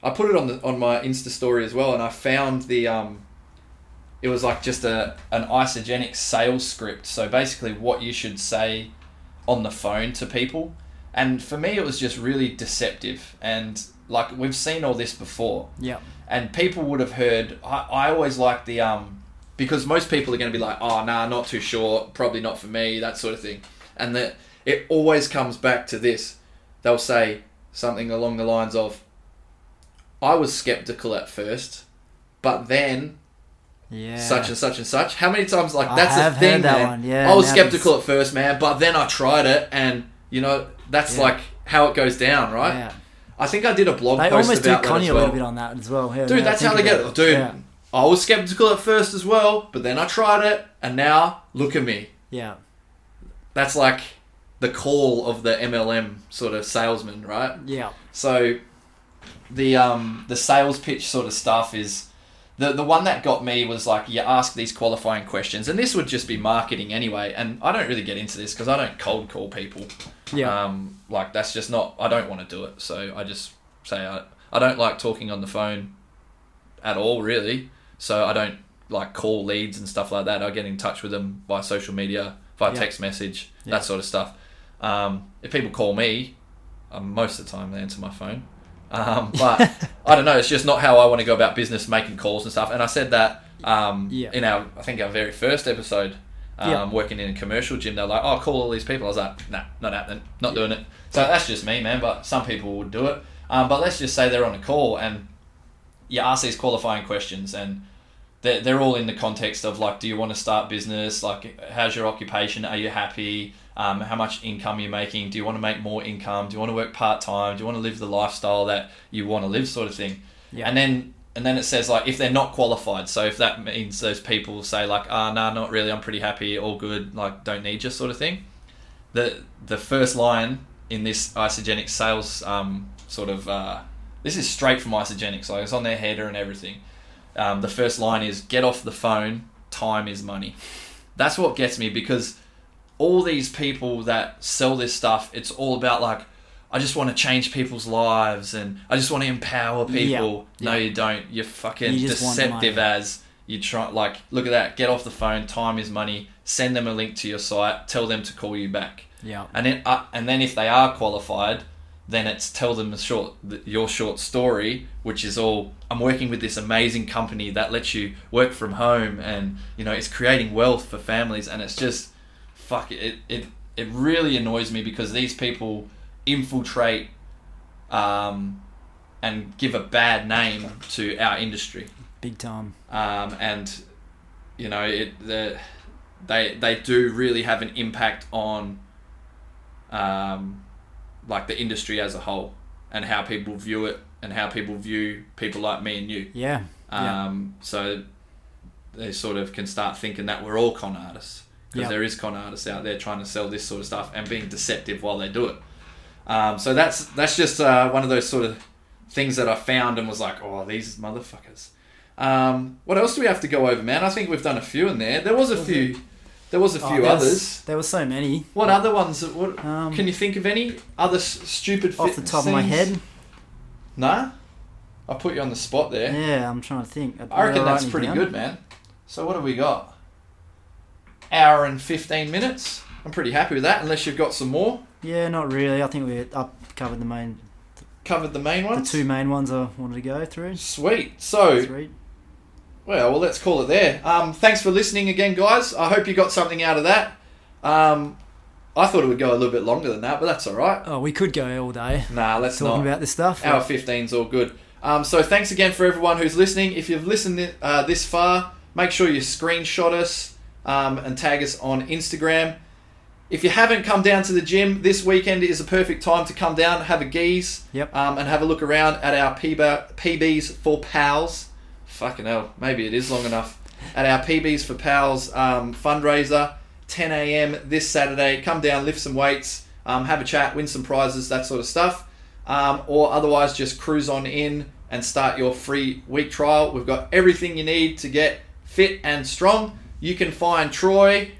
B: I put it on the on my Insta story as well, and I found the um, it was like just a an isogenic sales script. So basically, what you should say on the phone to people, and for me, it was just really deceptive. And like we've seen all this before,
D: Yep.
B: and people would have heard. I, I always like the um because most people are going to be like, oh nah, not too sure, probably not for me, that sort of thing, and that it always comes back to this. They'll say something along the lines of, "I was skeptical at first, but then
D: Yeah.
B: such and such and such." How many times like
D: I
B: that's
D: have
B: a
D: heard
B: thing?
D: that
B: man.
D: one, yeah,
B: I was
D: now
B: skeptical at first, man, but then I tried it, and you know that's
D: Yeah.
B: like how it goes down, right?
D: Yeah.
B: I think I did a blog
D: They
B: post
D: almost do
B: about that
D: Connie
B: as
D: a little
B: well.
D: bit on that as well. Yeah,
B: Dude,
D: now I
B: that's how they
D: think
B: get
D: about
B: it. Dude,
D: Yeah.
B: I was skeptical at first as well, but then I tried it, and now look at me.
D: yeah.
B: That's like the call of the MLM sort of salesman, right?
D: Yeah.
B: So the um the sales pitch sort of stuff is the the one that got me was like you ask these qualifying questions, and this would just be marketing anyway. And I don't really get into this because I don't cold call people.
D: Yeah.
B: Um, like that's just not. I don't want to do it. So I just say I, I don't like talking on the phone at all, really. So I don't like call leads and stuff like that. I get in touch with them by social media, via
D: Yeah.
B: text message,
D: Yeah.
B: that sort of stuff. Um, if people call me, uh, most of the time they answer my phone. Um, but I don't know. It's just not how I want to go about business, making calls and stuff. And I said that um,
D: Yeah.
B: in our, I think our very first episode, um,
D: Yeah.
B: working in a commercial gym. They're like, "Oh, call all these people." I was like, "Nah, not happening. Not doing it." So that's just me, man. But some people would do it. Um, but let's just say they're on a call and you ask these qualifying questions and they're, they're all in the context of like do you want to start business like how's your occupation are you happy um, how much income you're making do you want to make more income do you want to work part-time do you want to live the lifestyle that you want to live sort of thing
D: Yeah.
B: and then and then it says like if they're not qualified so if that means those people say like ah nah not really i'm pretty happy all good like don't need you sort of thing the the first line in this isogenic sales um, sort of uh, this is straight from isogenics like it's on their header and everything um, the first line is get off the phone time is money That's what gets me because all these people that sell this stuff, it's all about like, I just want to change people's lives and I just want to empower people.
D: Yeah.
B: No,
D: Yeah.
B: you don't. You're fucking
D: You just want
B: deceptive
D: money.
B: as you try. Like, look at that. Get off the phone. Time is money. Send them a link to your site. Tell them to call you back.
D: Yeah.
B: And then, uh, and then if they are qualified, then it's tell them the short the, your short story, which is all I'm working with this amazing company that lets you work from home, and you know it's creating wealth for families, and it's just fuck it it it really annoys me because these people infiltrate um, and give a bad name to our industry
D: Big time.
B: um, and you know it the, they they do really have an impact on um, like the industry as a whole and how people view it and how people view people like me and you
D: Yeah. yeah.
B: um, so they sort of can start thinking that we're all con artists because
D: Yeah.
B: there is con artists out there trying to sell this sort of stuff and being deceptive while they do it. Um, so that's that's just uh, one of those sort of things that I found and was like, oh, these motherfuckers. Um, what else do we have to go over, man? I think we've done a few in there. There was a few. There was a
D: Oh,
B: few
D: there was-
B: others.
D: there were so many.
B: What other ones? What,
D: Um,
B: can you think of any other s- stupid?
D: Off
B: fit-
D: the top of my
B: things?
D: head.
B: Nah, I put you on the spot there.
D: Yeah, I'm trying to think.
B: I reckon
D: write
B: that's
D: any
B: pretty
D: down.
B: good, man. So what have we got? Hour and fifteen minutes. I'm pretty happy with that. Unless you've got some more,
D: Yeah, not really. I think we I covered the main,
B: covered the main
D: the
B: ones.
D: two main ones I wanted to go through.
B: Sweet. So
D: Three.
B: well, well, let's call it there. Um, thanks for listening again, guys. I hope you got something out of that. Um, I thought it would go a little bit longer than that, but that's all right.
D: Oh, we could go all day
B: Nah, let's
D: talking
B: not.
D: about this stuff.
B: Hour 15's all good. Um, so thanks again for everyone who's listening. If you've listened uh, this far, make sure you screenshot us um, and tag us on Instagram. If you haven't come down to the gym, this weekend is a perfect time to come down, have a geese,
D: Yep.
B: um, and have a look around at our PB- PBs for pals. Fucking hell, maybe it is long enough. At our PBs for pals um, fundraiser, 10 a.m. this Saturday. Come down, lift some weights, um, have a chat, win some prizes, that sort of stuff. Um, or otherwise, just cruise on in and start your free week trial. We've got everything you need to get fit and strong. You can find Troy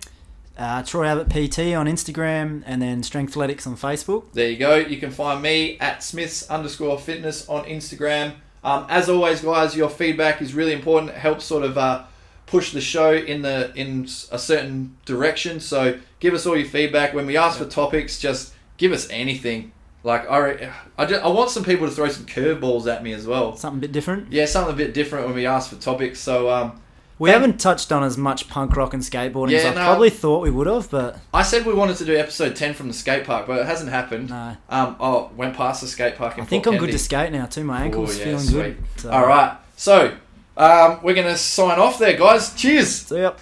D: Uh, Troy Abbott PT on Instagram and then Strengthletics on Facebook.
B: There you go. You can find me at Smiths underscore fitness on Instagram. Um, as always, guys, your feedback is really important. It helps sort of uh, push the show in the in a certain direction. So give us all your feedback. When we ask for topics, just give us anything. Like I, re- I, just, I want some people to throw some curveballs at me as well.
D: Something a bit different.
B: Yeah, something a bit different when we ask for topics. So um,
D: We haven't touched on as much punk rock and skateboarding as
B: Yeah,
D: I
B: no.
D: probably thought we would have, but
B: I said we wanted to do episode ten from the skate park, but it hasn't happened.
D: no.
B: Um, oh, went past the skate park. In
D: uh, I think
B: Port
D: I'm good
B: Kennedy.
D: to skate now too. My ankle's
B: Oh, yeah,
D: feeling
B: sweet.
D: good. So,
B: All right. So um, we're going to sign off there, guys. Cheers.
D: So, yep.